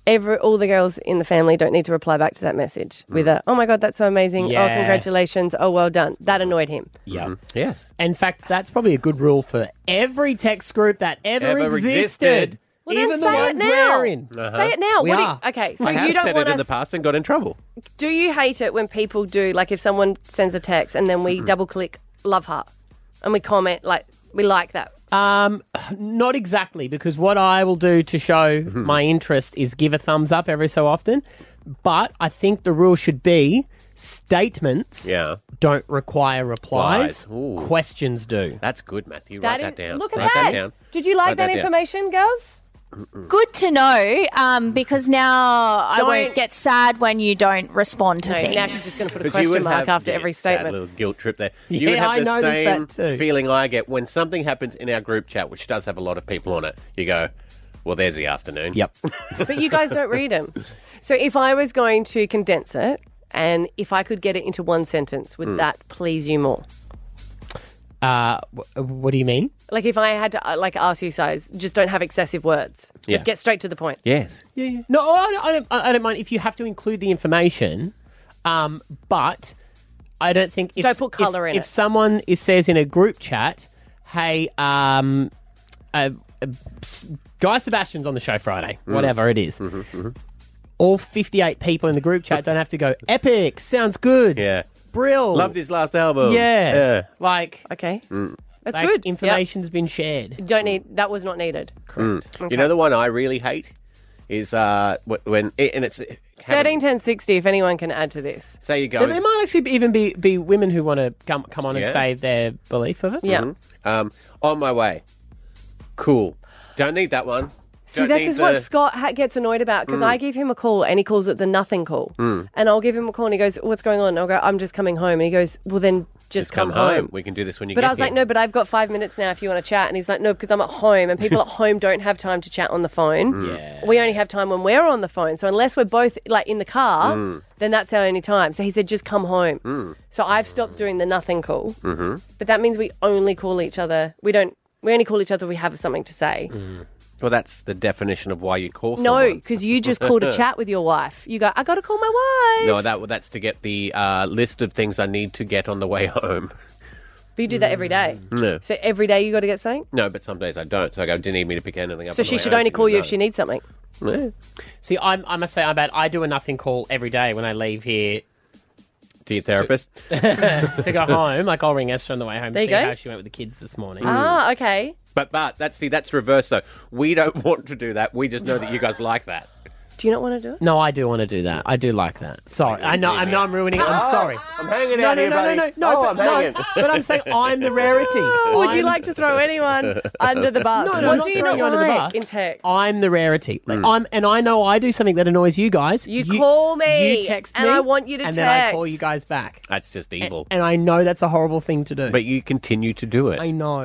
S4: every all the girls in the family don't need to reply back to that message with a, oh my god, that's so amazing. Oh,
S2: Mm. Yeah.
S4: congratulations. Oh, well done. That annoyed him.
S2: Yeah.
S3: Yes.
S2: In fact, that's probably a good rule for every text group that ever,
S3: Ever existed.
S2: existed.
S4: Well, then
S2: even the
S4: say it
S2: ones
S4: now.
S2: we're in.
S3: Uh-huh.
S4: Say it now.
S2: We
S4: What do you-
S2: are.
S4: okay, so
S3: I have
S4: you don't
S3: said
S4: want
S3: it in
S4: us-
S3: the past and got in trouble.
S4: Do you hate it when people do like if someone sends a text and then we double click love heart and we comment like we like that?
S2: Um, not exactly, because what I will do to show my interest is give a thumbs up every so often. But I think the rule should be statements
S3: Yeah.
S2: don't require replies.
S3: Replies. Ooh.
S2: Questions do.
S3: That's good, Matthew.
S2: That
S3: Write that
S2: is-
S3: down.
S2: look
S10: at
S3: Write
S10: that.
S3: down.
S4: Did you
S3: Write that down.
S4: girls?
S10: Good to know, um, because now I won't
S4: Don't-
S10: get sad when you don't respond to
S4: No,
S10: things.
S4: now she's just gonna put a
S3: But you would have- yeah, it's that little guilt trip there. You
S10: Yeah,
S3: would have
S10: I
S3: the
S10: noticed
S3: same
S10: that too.
S3: feeling I get when something happens in our group chat, which does have a lot of people on it. You go, well, there's the afternoon.
S2: Yep.
S4: But you guys don't read them. So if I was going to condense it and if I could get it into one sentence, would
S2: Mm.
S4: that please you more?
S2: Uh, wh- what do you mean?
S4: Like if I had to uh, like ask you guys, just don't have excessive words.
S2: Yeah.
S4: Just get straight to the point.
S3: Yes.
S2: Yeah, yeah. No, I don't, I, don't, I don't mind if you have to include the information, um, but I don't think if,
S4: Don't put colour
S2: if,
S4: in
S2: if
S4: it.
S2: someone is, says in a group chat, "Hey, um, uh, uh, s- Guy Sebastian's on the show Friday,
S3: Mm.
S2: whatever it is,"
S3: Mm-hmm,
S2: all fifty-eight people in the group chat don't have to go. Epic sounds good.
S3: Yeah.
S2: Brill.
S3: Loved his last album.
S2: Yeah.
S3: Yeah.
S2: Like
S4: okay.
S3: Mm.
S4: That's
S2: like,
S4: good.
S2: Information's been shared.
S4: Yep. Don't need that was not needed.
S3: Mm.
S4: Okay.
S3: You know the one I really hate is uh, wh- when it, and it's
S4: Thirteen ten sixty. If anyone can add to this,
S3: say you go.
S2: There, there might actually be, even be, be women who want to come come on and
S3: Yeah.
S2: say their belief of it.
S3: Mhm. Um, on my way. Cool. Don't need that one.
S4: See,
S3: Don't
S4: this
S3: need
S4: is what
S3: the-
S4: Scott ha- gets annoyed about because
S3: Mm.
S4: I give him a call and he calls it the nothing call. Mm. And I'll give him a call and he goes, What's going on? And I'll go, I'm just coming home. And he goes, Well, then just,
S3: Come home. We can do this when you
S4: But
S3: get
S4: I was
S3: here.
S4: like, No, but I've got five minutes now if you want to chat. And he's like, No, because I'm at home and people at home don't have time to chat on the phone.
S3: Mm. Yeah.
S4: We only have time when we're on the phone. So unless we're both like in the car,
S3: Mm.
S4: then that's our only time. So he said, Just come home.
S3: Mm.
S4: So I've stopped doing the nothing call.
S3: Mhm.
S4: But that means we only call each other. We don't, we only call each other if we have something to say.
S3: Well, that's the definition of why you call
S4: No,
S3: Mm. someone.
S4: because you just called a chat with your wife. You go, I got to call my wife.
S3: No, that that's to get the uh, list of things I need to get on the way home.
S4: But you do that every day.
S3: No.
S4: So every day you got to get something.
S3: No, but some days I don't. So I go, do you need me to pick anything up?
S4: so
S3: on the
S4: she
S3: way
S4: should
S3: home?"
S4: only
S3: goes,
S4: call you if
S3: "No."
S4: she needs something.
S3: Mm. Yeah.
S2: See, I'm, I must say, I'm bad. I do a nothing call every day when I leave here
S3: To your therapist?
S2: to go home. Like, I'll ring Esther on the way home
S4: There
S2: to
S4: you
S2: see
S4: go.
S2: how she went with the kids this morning.
S4: Ah, okay.
S3: But but that's see that's reverse though. We don't want to do that. We just know that you guys like that.
S4: Do you not want to do it?
S2: No, I do want to do that. I do like that. Sorry. I know, I know I'm ruining it. I'm
S3: Oh,
S2: sorry.
S3: I'm hanging
S2: no,
S3: out
S2: no,
S3: here,
S2: no,
S3: buddy.
S2: No, no, no,
S3: Oh,
S2: but,
S3: I'm
S2: no.
S3: hanging.
S2: But I'm saying I'm the rarity.
S4: Would you
S2: I'm-
S4: like to throw anyone under the bus?
S2: No, no,
S4: what
S2: not
S4: do you
S2: throwing
S4: not
S2: you under the
S4: like
S2: bus. Uh,
S4: in tech?
S2: I'm the rarity. Like, I'm, and I know I do something that annoys you guys.
S4: You, call me,
S2: You text
S4: and
S2: me,
S4: I want you to
S2: and
S4: text.
S2: then I call you guys back.
S3: That's just evil.
S2: And I know that's a horrible thing to do.
S3: but you continue to do it.
S2: I know.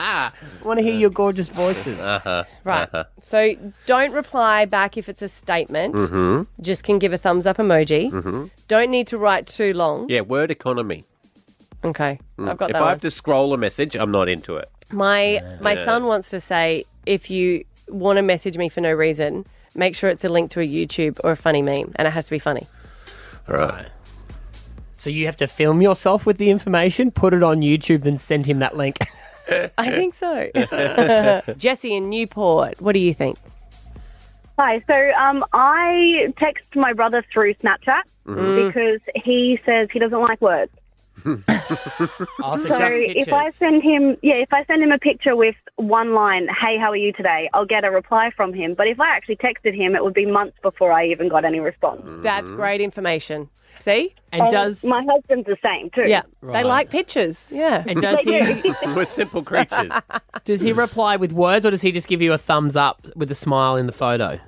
S2: I want to hear your gorgeous voices.
S3: Uh-huh.
S4: Right.
S3: Uh-huh.
S4: So don't reply back if it's a statement.
S3: Mhm.
S4: Just can give a thumbs up emoji.
S3: Mhm.
S4: Don't need to write too long.
S3: Yeah, word economy.
S4: Okay,
S3: Mm.
S4: I've got
S3: if
S4: that
S3: I
S4: one.
S3: have to scroll a message, I'm not into it.
S4: My my
S3: Yeah.
S4: son wants to say if you want to message me for no reason, make sure it's a link to a YouTube or a funny meme, and it has to be funny.
S3: Right.
S2: So you have to film yourself with the information, put it on YouTube, then send him that link.
S4: I think so. Jesse in Newport, what do you think?
S17: Hi. So um, I text my brother through Snapchat
S4: Mhm.
S17: because he says he doesn't like words.
S2: I'll
S17: so if I send him, yeah, if I send him a picture with one line, "Hey, how are you today?" I'll get a reply from him. But if I actually texted him, it would be months before I even got any response.
S3: Mm-hmm.
S4: That's great information. See,
S17: And my husband's the same too?
S4: yeah, they like pictures. Yeah,
S2: And does he?
S3: We're simple creatures.
S2: Does he reply with words, or does he just give you a thumbs up with a smile in the photo?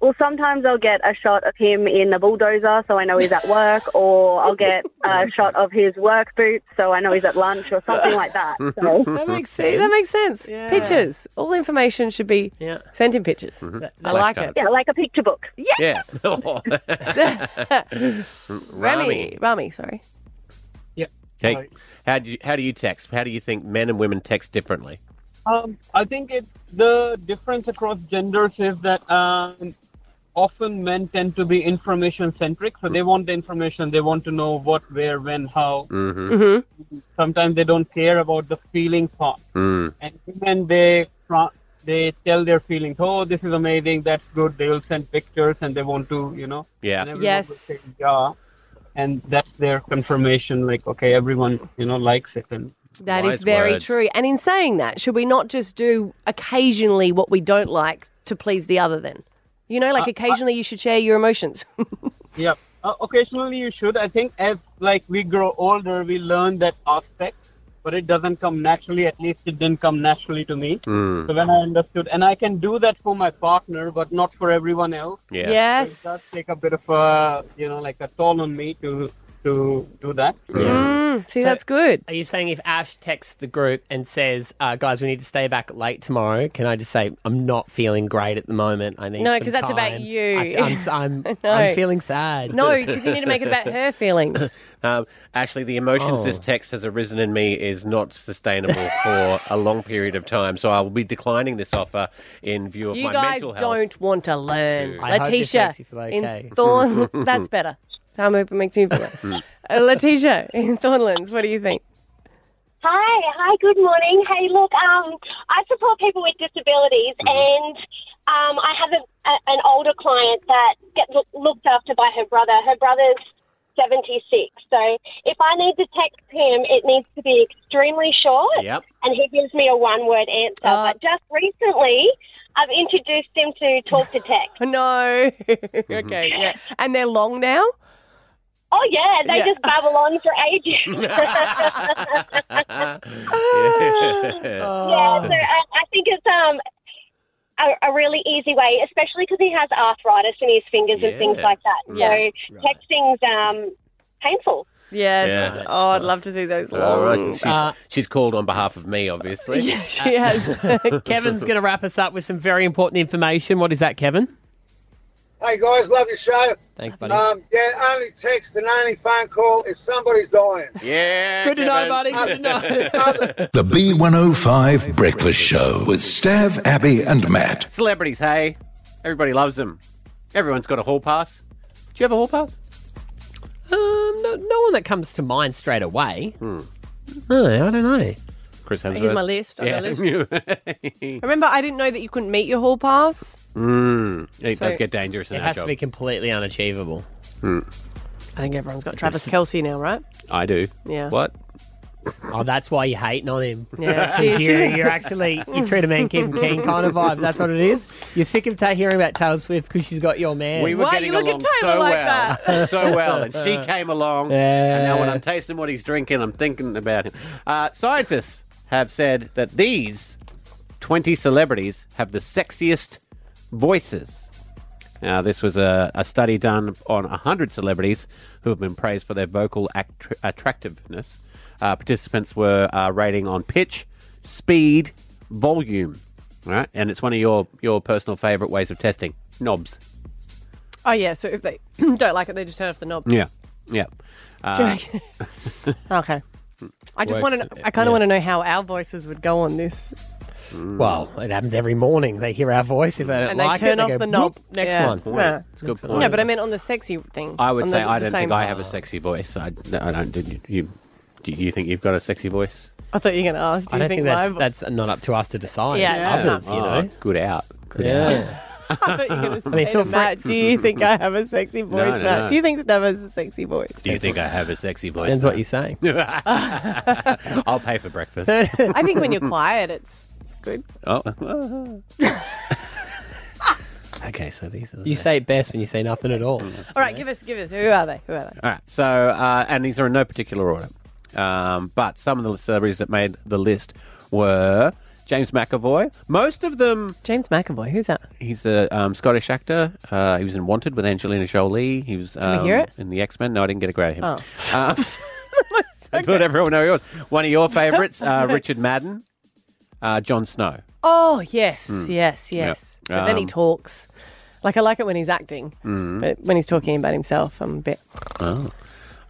S17: Well, sometimes I'll get a shot of him in a bulldozer, so I know he's at work, or I'll get a shot of his work boots, so I know he's at lunch, or something like that. So.
S4: That makes sense. That makes sense. Pictures. All information should be sent in pictures.
S3: Mm-hmm.
S4: I like it.
S17: Yeah, like a picture book.
S3: Yeah. Rami.
S4: Rami. Rami, sorry.
S3: Hey, how do you, how do you text? How do you think men and women text differently?
S12: Um, I think it the difference across genders is that um, often men tend to be information centric, so they want the information, they want to know what, where, when, how.
S3: Mm-hmm.
S4: Mhm.
S12: Sometimes they don't care about the feeling part,
S3: Mm.
S12: and women they tra- they tell their feelings. Oh, this is amazing, that's good. They will send pictures, and they want to, you know.
S3: Yeah.
S12: And everyone will
S4: Yes.
S12: say, yeah. And that's their confirmation, like okay, everyone you know likes it, and
S4: That is very true. And in saying that, should we not just do occasionally what we don't like to please the other then? You know, like occasionally you should share your emotions.
S12: Yeah. Uh, occasionally you should. I think as like we grow older, we learn that aspect, but it doesn't come naturally. At least it didn't come naturally to me.
S3: Mm.
S12: So when I understood, and I can do that for my partner, but not for everyone else.
S3: Yeah.
S12: So
S4: Yes.
S12: it does take a bit of a you know like a toll on me to to do that.
S4: see, that's good.
S2: Are you saying if Ash texts the group and says, uh, "Guys, we need to stay back late tomorrow"? Can I just say I'm not feeling great at the moment? I need
S4: No,
S2: because
S4: because that's about you.
S2: I, am I'm,
S4: I know.
S2: I'm feeling sad.
S4: No, because you need to make it about her feelings.
S3: Um, Ashley, the emotions
S2: Oh.
S3: this text has arisen in me is not sustainable for a long period of time, so I will be declining this offer in view of
S4: You
S3: my
S4: guys
S3: mental health.
S4: don't want to learn.
S3: I hope this
S4: Letitia
S3: makes you feel okay.
S4: in Thorn. that's better. I'm hoping it makes you feel better.
S3: Hmm.
S4: Uh, Letitia in Thornlands, what do you think?
S18: Hi, hi, good morning. Hey, look, um, I support people with disabilities, and um, I have a, a, an older client that gets look, looked after by her brother. Her brother's 76, so if I need to text him, it needs to be extremely short,
S3: Yep.
S18: and he gives me a one word answer. but just recently, I've introduced him to talk to text.
S4: No. okay, yeah. And they're long now?
S18: Oh, yeah, they
S4: Yeah.
S18: just babble on for ages.
S10: Oh.
S4: Oh.
S18: Yeah, so I, I think it's um a, a really easy way, especially because he has arthritis in his fingers and things
S4: Yeah.
S18: like that.
S4: Yeah.
S18: So
S4: Right.
S18: texting's um painful.
S4: Yes.
S3: Yeah.
S4: Oh, I'd love to see those
S3: All
S4: long.
S3: right. She's,
S2: Uh,
S3: she's called on behalf of me, obviously.
S2: Yeah, she has. Kevin's going to wrap us up with some very important information. What is that, Kevin?
S19: Hey guys, love your show.
S2: Thanks, buddy.
S12: Uh,
S19: Um, yeah, only text and only phone call if somebody's dying.
S3: Yeah.
S19: Good to know, buddy.
S2: Good to know.
S1: The B105 Breakfast Show with Stav, Abby, and Matt.
S3: Celebrities, hey. Everybody loves them. Everyone's got a hall pass. Do you have a hall pass?
S2: Um, no, no one that comes to mind straight away. Hmm. No, I don't know.
S3: Chris Hemsworth.
S4: Here's my list. I've got a
S3: list.
S4: Remember, I didn't know that you couldn't meet your hall pass.
S3: mm, it
S4: So
S3: does get dangerous in
S2: it
S3: our
S2: has
S3: job.
S2: to be completely unachievable.
S4: I think everyone's got Travis
S2: Just-
S4: Kelsey now, right?
S3: I do.
S4: Yeah.
S3: What?
S2: Oh, that's why you're hating on him.
S4: Yeah.
S2: Since you, you're actually you treat a man kid and keen kind of vibes. That's what it is. You're sick of ta- hearing about Taylor Swift because she's got your man.
S3: We were getting along so well, so well, and she came along. And now when
S2: Yeah.
S3: I'm tasting what he's drinking, I'm thinking about him. Uh, scientists have said that these 20 celebrities have the sexiest voices. Now, this was a, a study done on 100 celebrities who have been praised for their vocal act- attractiveness. Uh, participants were uh, rating on pitch, speed, volume, right? And it's one of your your personal favorite ways of testing knobs.
S4: Oh yeah, so if they don't like it, they just turn off the knob.
S3: Yeah, yeah. Uh,
S4: Joking. okay. I just want to.
S2: Works,
S4: I kind
S2: yeah.
S4: of want to know how our voices would go on this.
S2: Well, it happens every morning. They hear our voice. If they don't
S4: and
S2: like
S4: they turn
S2: it,
S4: off
S2: they go,
S4: the knob.
S2: "Boop, Next
S4: Yeah.
S2: one.
S4: Yeah.
S3: It's a good
S4: No,
S3: point.
S4: but I meant on the sexy thing.
S3: I would
S4: On
S3: say
S4: the-
S3: I
S4: the
S3: don't
S4: same-
S3: think I have a sexy voice. I, I don't. Do you, you, do you think you've got a sexy voice?
S4: I thought you were going to ask. Do
S2: I
S4: you
S2: don't
S4: think,
S2: think,
S4: my
S2: that's
S4: vo-
S2: that's not up to us to decide.
S4: Yeah,
S2: It's others,
S4: that's not-
S2: you know.
S3: Oh, good out. Good
S2: Yeah.
S3: out.
S4: I thought you were going to say
S2: mean, feel
S4: to Matt, do you think I have a sexy voice?
S3: no,
S4: Matt?
S3: no.
S4: Do you think Stav has a sexy voice?
S3: Do you think I have a sexy voice?
S2: Depends
S3: now?
S2: what you're saying.
S3: I'll pay for breakfast.
S4: I think when you're quiet, it's good.
S3: Oh. okay, so these are the
S2: You say it best when you say nothing at all.
S4: All right, give us, give us. Who are they? Who are they?
S3: All right. So, uh, and these are in no particular order. Um, but some of the celebrities that made the list were James McAvoy. Most of them.
S4: James McAvoy. Who's that?
S3: He's a um, Scottish actor. Uh, he was in Wanted with Angelina Jolie. He was
S4: we
S3: um,
S4: hear it?
S3: in the X Men. No, I didn't get a grab him.
S4: Oh.
S3: Um, I thought everyone knew yours. One of your favourites, uh, Richard Madden, uh, Jon Snow.
S4: Oh yes,
S3: Mm.
S4: yes,
S3: Yeah.
S4: yes. But then he
S3: Um,
S4: talks. Like I like it when he's acting,
S3: Mm.
S4: but when he's talking about himself, I'm a bit.
S3: Oh.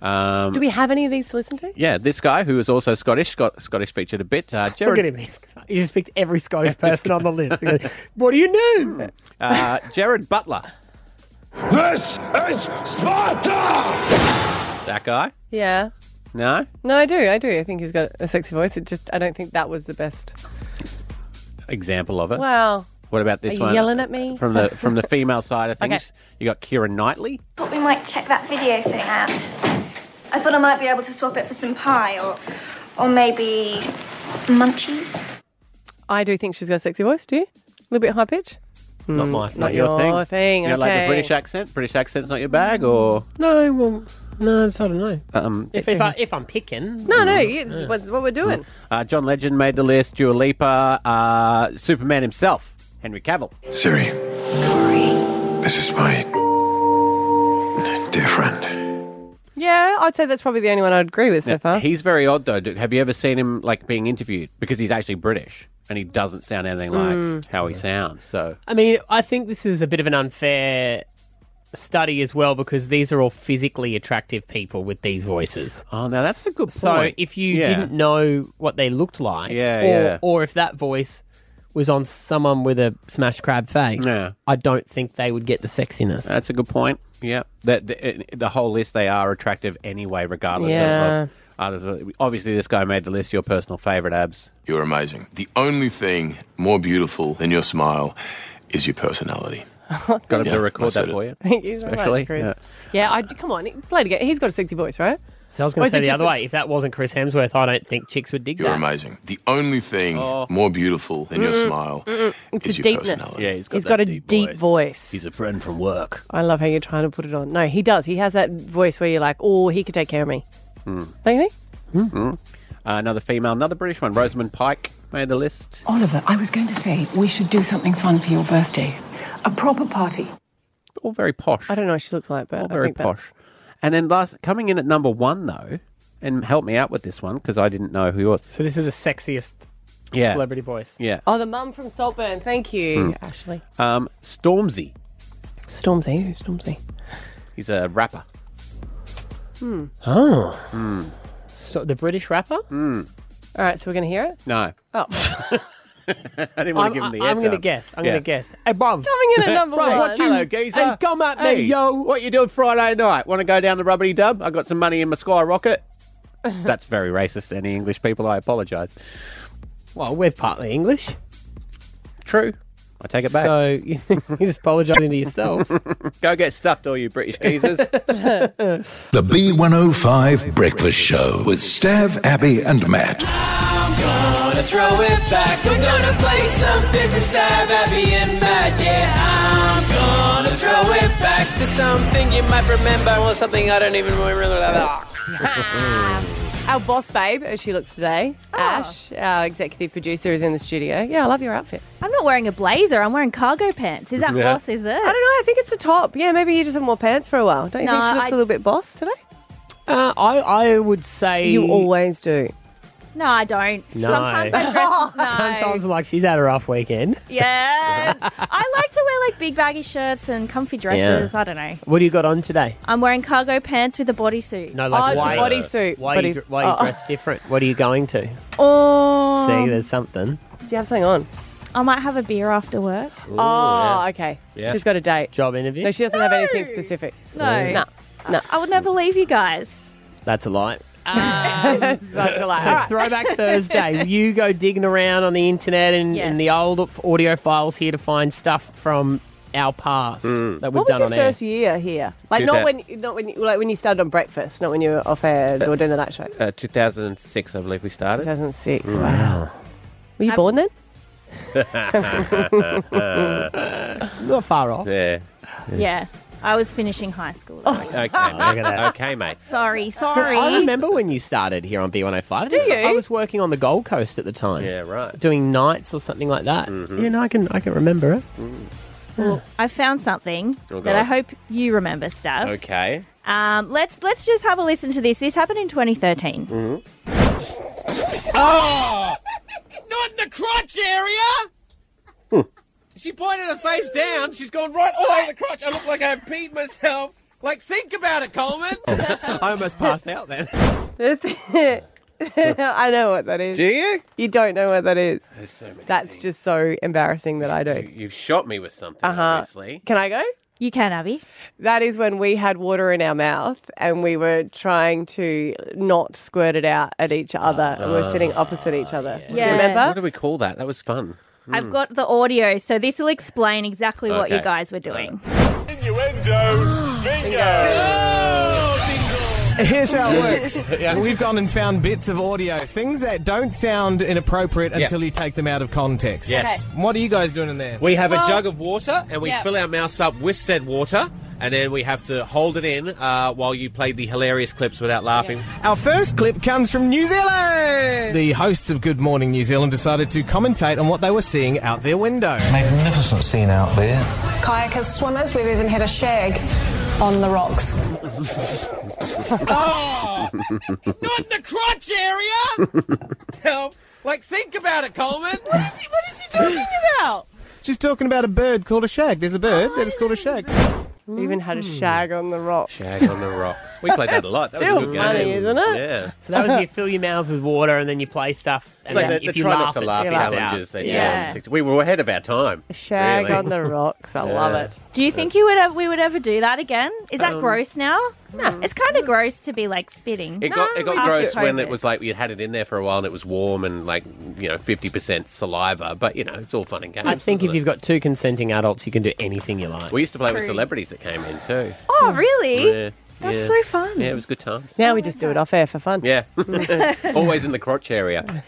S3: Um,
S4: Do we have any of these to listen to?
S3: Yeah, this guy who is also Scottish, Scot- Scottish featured a bit. Uh, Jared,
S2: Look at him. He's, he just picked every Scottish person on the list. He goes, what do you know?
S3: Uh, Jared Butler. This is Sparta. That guy?
S4: Yeah.
S3: No.
S4: No, I do. I do. I think he's got a sexy voice. It just, I don't think that was the best.
S3: Example of it.
S4: Wow.
S3: What about this
S4: Are you
S3: one?
S4: yelling at me?
S3: From the from the female side of
S4: Okay.
S3: things, you got Kira Knightley.
S20: Thought we might check that video thing out. I thought I might be able to swap it for some pie or, or maybe munchies.
S4: I do think she's got a sexy voice. Do you? A little bit high pitch.
S3: Not
S4: Mm,
S3: my,
S4: not your thing,
S3: You don't like
S4: okay.
S3: the British accent? British accent's not your bag, or
S2: No, well, no, it's, I don't know.
S3: um,
S2: If, if, I, if I'm picking.
S4: No, no, it's what's what we're doing.
S3: uh, John Legend made the list. Dua Lipa, uh, Superman himself, Henry Cavill.
S21: Siri. This is my dear friend.
S4: Yeah, I'd say that's probably the only one I'd agree with so
S3: Now,
S4: far.
S3: He's very odd though. Do- Have you ever seen him like being interviewed because he's actually British and he doesn't sound anything like
S2: Mm.
S3: how he sounds. So
S2: I mean, I think this is a bit of an unfair study as well because these are all physically attractive people with these voices.
S3: Oh, now that's a good
S2: So
S3: point.
S2: if you
S3: Yeah.
S2: didn't know what they looked like,
S3: Yeah,
S2: or,
S3: yeah.
S2: or if that voice was on someone with a smashed crab face,
S3: Yeah.
S2: I don't think they would get the sexiness.
S3: that's a good point. Yeah, that the, the whole list they are attractive anyway, regardless. Of,
S2: Yeah.
S3: of, out of- obviously, this guy made the list. Your personal favorite abs.
S22: You're amazing. The only thing more beautiful than your smile is your personality.
S3: Got him to record
S22: that's
S3: that
S22: it.
S3: for you.
S4: Thank you so much, Chris. Yeah, I come on, play it again. He's got a sexy voice, right?
S2: So I was
S4: Or
S2: going
S4: is
S2: to say
S4: it
S2: the
S4: just
S2: other
S4: the-
S2: way. If that wasn't Chris Hemsworth, I don't think chicks would dig
S22: You're
S2: that.
S22: amazing. The only thing more beautiful than your
S2: Oh. Mm-mm,
S22: smile
S2: mm-mm.
S4: It's
S22: is
S4: a
S22: your
S4: deepness.
S22: personality.
S4: Yeah, he's got He's got that a deep deep voice. voice.
S3: He's a friend from work.
S4: I love how you're trying to put it on. No, he does. He has that voice where you're like, oh, he could take care of me.
S3: Mm.
S4: Don't you think?
S3: Mm. Uh, another female, another British one. Rosamund Pike made the list.
S23: Oliver, I was going to say we should do something fun for your birthday. A proper party.
S3: All very posh. I
S4: don't know what she looks like, but
S3: All
S4: I
S3: very
S4: think that's-
S3: posh. And then last, coming in at number one though, and help me out with this one because I didn't know who he was.
S2: So this is the sexiest
S3: yeah.
S2: celebrity voice.
S3: Yeah.
S4: Oh, the mum from Saltburn. Thank
S3: Mm.
S4: you, Ashley.
S3: Um, Stormzy.
S4: Stormzy. Who's Stormzy?
S3: He's a rapper.
S4: Hmm.
S2: Oh.
S3: Hmm.
S2: Sto- the British rapper?
S3: Mm.
S4: All right, so we're going to hear it?
S3: No.
S4: Oh.
S3: I didn't want to give him the
S2: I'm
S3: heads
S2: going to
S3: up.
S2: guess. I'm
S3: Yeah.
S2: going to guess. Hey, Bob.
S4: Coming in at number
S2: Bruv,
S4: one.
S2: What you,
S4: Hello,
S3: geezer.
S2: Hey, come at
S3: Hey,
S2: me, yo.
S3: What you doing Friday night? Want to go down the rubbity dub? I got some money in my skyrocket. That's very racist to any English people. I apologise.
S2: Well, we're partly English.
S3: True. I take it back.
S2: So you just apologising to yourself.
S3: go get stuffed, all you British geezers.
S1: The B105 Breakfast Show with Stav, Abby, and Matt.
S5: Gonna throw it back. We're gonna play something from Stav, Abby, and Matt. Yeah, I'm gonna throw it back to something you might remember or something I don't even remember.
S4: Our boss babe, as she looks today, Ash, our executive producer, is in the studio. Yeah, I love your outfit.
S10: I'm not wearing a blazer. I'm wearing cargo pants. Is that
S4: Yeah.
S10: boss? Is it?
S4: I don't know. I think it's a top. Yeah, maybe you just haven't worn pants for a while. Don't you
S10: No,
S4: think she looks
S10: I-
S4: a little bit boss today?
S2: Uh, I I would say
S4: You always do.
S10: No, I don't.
S2: No.
S10: Sometimes I dress. No.
S2: Sometimes like she's had a rough weekend.
S10: Yeah. I like to wear like big baggy shirts and comfy dresses. I don't know.
S2: What do you got on today?
S10: I'm wearing cargo pants with a bodysuit.
S2: No, like why? Why are you, dr-
S4: Oh.
S2: why are you dressed different? What are you going to?
S4: Um,
S2: See, there's something.
S10: do you have something on? Oh, I might have a beer after work.
S2: Ooh, yeah.
S10: okay.
S2: Yeah.
S4: Oh, She's got a date.
S2: Job interview.
S4: No, she doesn't have anything specific.
S10: No. No. I would never leave you guys.
S2: That's a lie.
S3: Ah,
S10: Such a lie.
S2: So Throwback Thursday, you go digging around on the internet and,
S10: Yes.
S2: and the old audio files here to find stuff from our past
S3: Mm.
S2: that we've
S4: What was
S2: done
S4: your
S2: on
S4: first
S2: air.
S4: year here? Like not
S3: 2000.
S4: when, not when, you, like when you started on breakfast, not when you were off air or doing the night show.
S3: Uh, 2006, I believe we started.
S4: 2006. Wow. Were you born then?
S2: Not far off.
S3: Yeah.
S10: Yeah. I was finishing high school.
S3: Okay, mate. Okay, mate.
S10: Sorry, sorry.
S2: Oh. I remember when you started here on B105. Do you? I was working on the Gold Coast at the time. Yeah,
S3: right.
S2: Doing nights or something like that.
S3: Mm-hmm.
S2: Yeah, no, I can, I can remember it.
S10: Well, I found something
S2: Oh,
S10: that I
S2: God.
S10: hope you remember, Stav.
S3: Okay.
S10: Um, let's let's just have a listen to this. This happened in 2013.
S3: Mm.
S24: Oh! Not in the crotch area!
S3: Hmm.
S24: she pointed her face down. She's gone right all over the crotch. I look like I've peed myself. Like, think about it, Coleman.
S3: I almost passed out then.
S4: I know what that is.
S3: Do you?
S4: You don't know what that is.
S3: There's so many
S4: That's just so embarrassing that I don't.
S3: You've shot me with something,
S4: Uh huh.
S3: obviously.
S4: Can I go?
S10: You can, Abby.
S4: That is when we had water in our mouth and we were trying to not squirt it out at each other. we were sitting opposite each other. Do you
S10: Yeah.
S4: remember?
S3: What do we call that? That was fun.
S10: I've got the audio, so this will explain exactly what you
S3: Hmm. Okay.
S10: guys were doing.
S24: Innuendo. Bingo.
S7: Here's how it works. We've gone and found bits of audio, things that don't sound inappropriate until you take them out of context.
S3: Yes.
S7: What are you guys doing in there?
S3: We have a jug of water and we
S7: Yep.
S3: fill our mouths up with said water and then we have to hold it in uh, while you play the hilarious clips without laughing.
S7: Our first clip comes from New Zealand. The hosts of Good Morning New Zealand decided to commentate on what they were seeing out their window.
S14: Magnificent scene out there.
S25: Kayakers, swimmers, we've even had a shag on the rocks.
S24: Oh! Not in the crotch area! Help. Like, think about it, Coleman. What is he, what is he talking about?
S7: She's talking about a bird called a shag. There's a bird that is called a shag.
S4: We even had a shag on the rocks.
S3: Shag on the rocks. We played that a lot. That was a
S4: Still
S3: good
S4: funny,
S3: game.
S4: isn't it?
S3: Yeah.
S2: So that was you fill your mouths with water and then you play stuff.
S3: It's
S2: And
S3: like
S2: then
S3: the, the
S2: if you
S3: try
S2: laugh,
S3: not to
S2: it
S3: laugh
S2: spits
S3: challenges.
S2: Out.
S3: They
S10: Yeah.
S3: do. We were ahead of our time.
S4: Shag
S3: really.
S4: on the rocks. I love
S3: Yeah.
S4: it.
S10: Do you think you would have, we would ever do that again? Is that
S3: Um,
S10: gross now? No, it's kind of gross to be like spitting.
S3: It got it got
S10: After
S3: gross when
S10: COVID.
S3: it was like you had it in there for a while and it was warm and like you know fifty percent saliva, but you know it's all fun and games.
S2: I think if
S3: isn't it?
S2: you've got two consenting adults, you can do anything you like.
S3: we used to play with
S2: True.
S3: celebrities that came in too.
S10: Oh, really?
S3: Yeah,
S10: That's
S3: yeah.
S10: so fun.
S3: Yeah, it was good times.
S4: Now we just do it off air for fun.
S3: Yeah, always in the crotch area.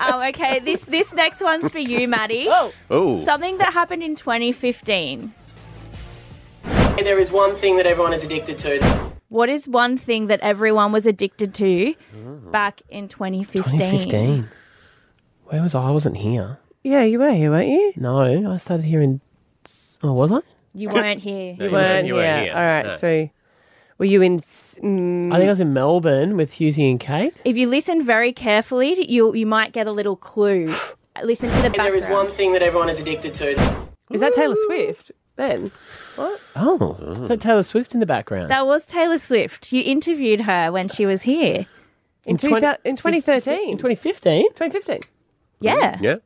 S10: Oh, okay. This this next one's for you, Maddie.
S3: Oh. Ooh.
S10: Something that happened in 2015.
S26: There is one thing that everyone is addicted to.
S10: What is one thing that everyone was addicted to
S3: Oh.
S10: back in 2015?
S2: 2015. Where was I? I wasn't here.
S4: Yeah, you were here, weren't you?
S2: No, I started here in. Oh, was I?
S10: You weren't here.
S4: You weren't
S2: you weren't
S4: here.
S2: here.
S4: All right.
S2: No.
S4: So, were you in? s- Mm,
S2: I think I was in Melbourne with Husey and Kate.
S10: If you listen very carefully, you you might get a little clue. Listen to the background.
S26: There is one thing that everyone is addicted to.
S4: Is that Taylor Swift? Then
S2: Oh, so Taylor Swift in the background.
S10: That was Taylor Swift. You interviewed her when she was here.
S26: Mm-hmm.
S4: In, two thou- in 2013.
S2: In 2015?
S4: 2015.
S10: Yeah.
S3: Oh, Yeah.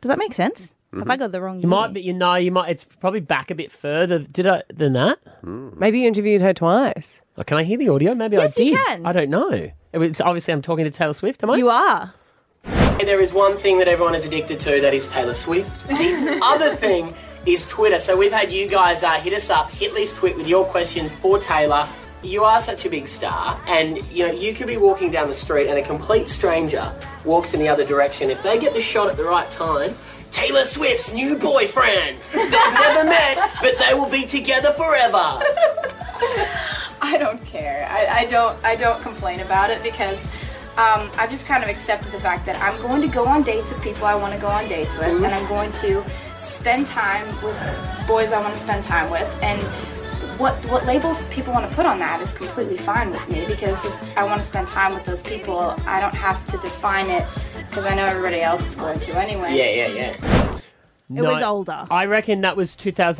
S10: Does that make sense? Have
S26: Mm-hmm.
S10: I got the wrong
S2: You might, but you know, you might. It's probably back a bit further. Did I than that?
S4: Maybe you interviewed her twice.
S2: Oh, can I hear the audio? Maybe
S26: Yes,
S2: I
S26: you
S2: did.
S26: can.
S2: I don't know. It was obviously I'm talking to Taylor Swift. Am I?
S10: You are.
S26: There is one thing that everyone is addicted to that is Taylor Swift. The other thing is Twitter. So we've had you guys uh, hit us up, hit Lee's tweet with your questions for Taylor. You are such a big star, and you know you could be walking down the street and a complete stranger walks in the other direction. If they get the shot at the right time, Taylor Swift's new boyfriend. They've never met, but they will be together forever.
S27: I don't care. I, I don't. I don't complain about it because um, I've just kind of accepted the fact that I'm going to go on dates with people I want to go on dates with, and I'm going to spend time with boys I want to spend time with, and what what labels people want to put on that is completely fine with me because if I want to spend time with those people, I don't have to define it because I know everybody else is going to anyway.
S28: Yeah, yeah,
S27: yeah.
S10: It was older.
S2: I reckon that was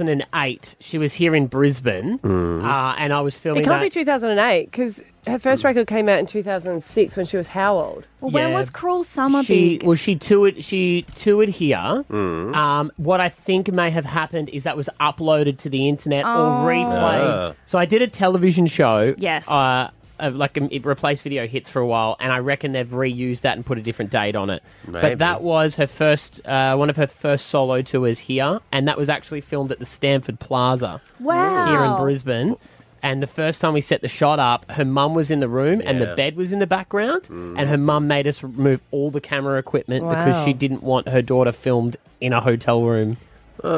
S2: 2008. She was here in Brisbane,
S6: Mm.
S2: uh, and I was filming
S6: It can't be
S2: that.
S6: 2008 because her
S4: Hmm.
S6: first record came out in 2006 when she was how old?
S2: Well, when Yeah. was
S10: Cruel Summer
S2: she well, she toured. She toured here.
S6: Mm.
S2: Um, what I think may have happened is that was uploaded to the internet
S10: Oh.
S2: or replayed.
S10: Ah.
S2: So I did a television show.
S10: Yes.
S2: Uh, of like um, it replaced video hits for a while, and I reckon they've reused that and put a different date on it.
S3: Maybe.
S2: But that was her first, uh, one of her first solo tours here, and that was actually filmed at the Stanford Plaza.
S10: Wow.
S2: Here in Brisbane. And the first time we set the shot up, her mum was in the room and
S3: Yeah.
S2: the bed was in the background. And her mum made us remove all the camera equipment because
S3: Wow.
S2: she didn't want her daughter filmed in a hotel room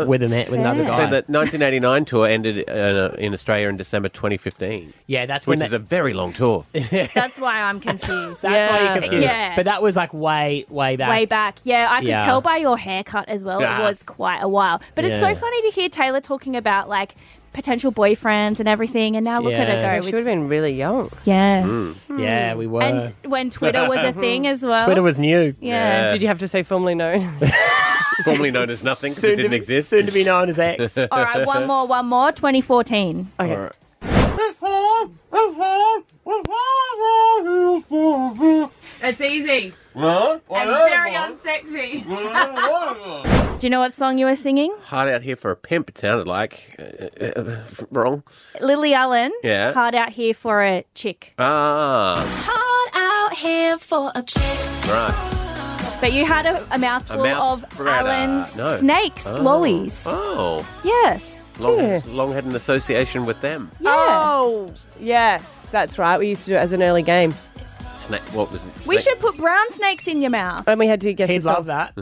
S2: with, a man, with another guy.
S3: So Uh, that 1989 tour ended uh, in Australia in December 2015.
S2: Yeah, that's when
S3: which
S2: they-
S3: is a very long tour.
S10: That's why I'm confused.
S2: That's why you're confused.
S10: Yeah.
S2: But that was like way, way back.
S10: Way back. Yeah, I could
S2: Yeah.
S10: tell by your haircut as well.
S2: Ah.
S10: It was quite a while. But it's so
S2: Yeah.
S10: funny to hear Taylor talking about like potential boyfriends and everything. And now look at her go.
S6: Yeah, she would have been really young.
S10: Yeah.
S3: Hmm.
S2: Yeah, we were.
S10: Hmm. And when Twitter was a thing as well.
S2: Twitter was new.
S10: Yeah. Yeah.
S6: Did you have to say formerly known?
S3: Formerly known as nothing because
S2: Soon
S3: it
S2: to
S3: didn't
S2: be-
S3: exist.
S2: soon to be known as X.
S10: All right, one more, one more. 2014.
S3: Okay. All right.
S27: It's easy. unsexy.
S10: Do you know what song you were singing?
S3: Hard out here for a pimp. It sounded like Uh, uh, uh, wrong.
S10: Lily Allen.
S3: Yeah.
S10: Hard out here for a chick.
S3: Ah,
S10: Hard out here for a chick.
S3: right.
S10: But you had a, a mouthful
S3: A mouth
S10: of
S3: spreader.
S10: Allen's
S3: No.
S10: snakes,
S3: Oh.
S10: lollies.
S3: Oh,
S10: Yes.
S3: long,
S6: Yeah.
S3: long had an association with them.
S6: Oh, yes, that's right. We used to do it as an early game.
S3: Snake. What was it?
S10: We
S3: Snake-
S10: should put brown snakes in your mouth.
S6: And we had to guess
S3: He'd
S6: the song.
S3: love that.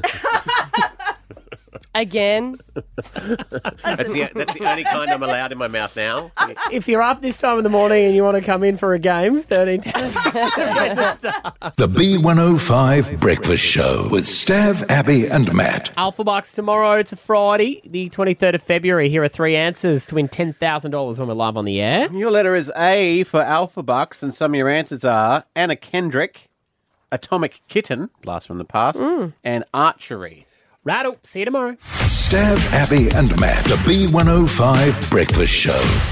S6: Again.
S3: that's, the, that's the only kind I'm allowed in my mouth now.
S2: If you're up this time in the morning and you want to come in for a game, 13
S1: The B105 Breakfast Show with Stav, Abby, and Matt.
S2: Alpha Bucks tomorrow. It's a Friday, the 23rd of February. Here are three answers to win $10,000 when we're live on the air.
S3: Your letter is A for Alpha Bucks, and some of your answers are Anna Kendrick, Atomic Kitten, Blast from the Past, and Archery.
S2: Rattle. See you tomorrow.
S1: Stav, Abby, and Matt. The B105 Breakfast Show.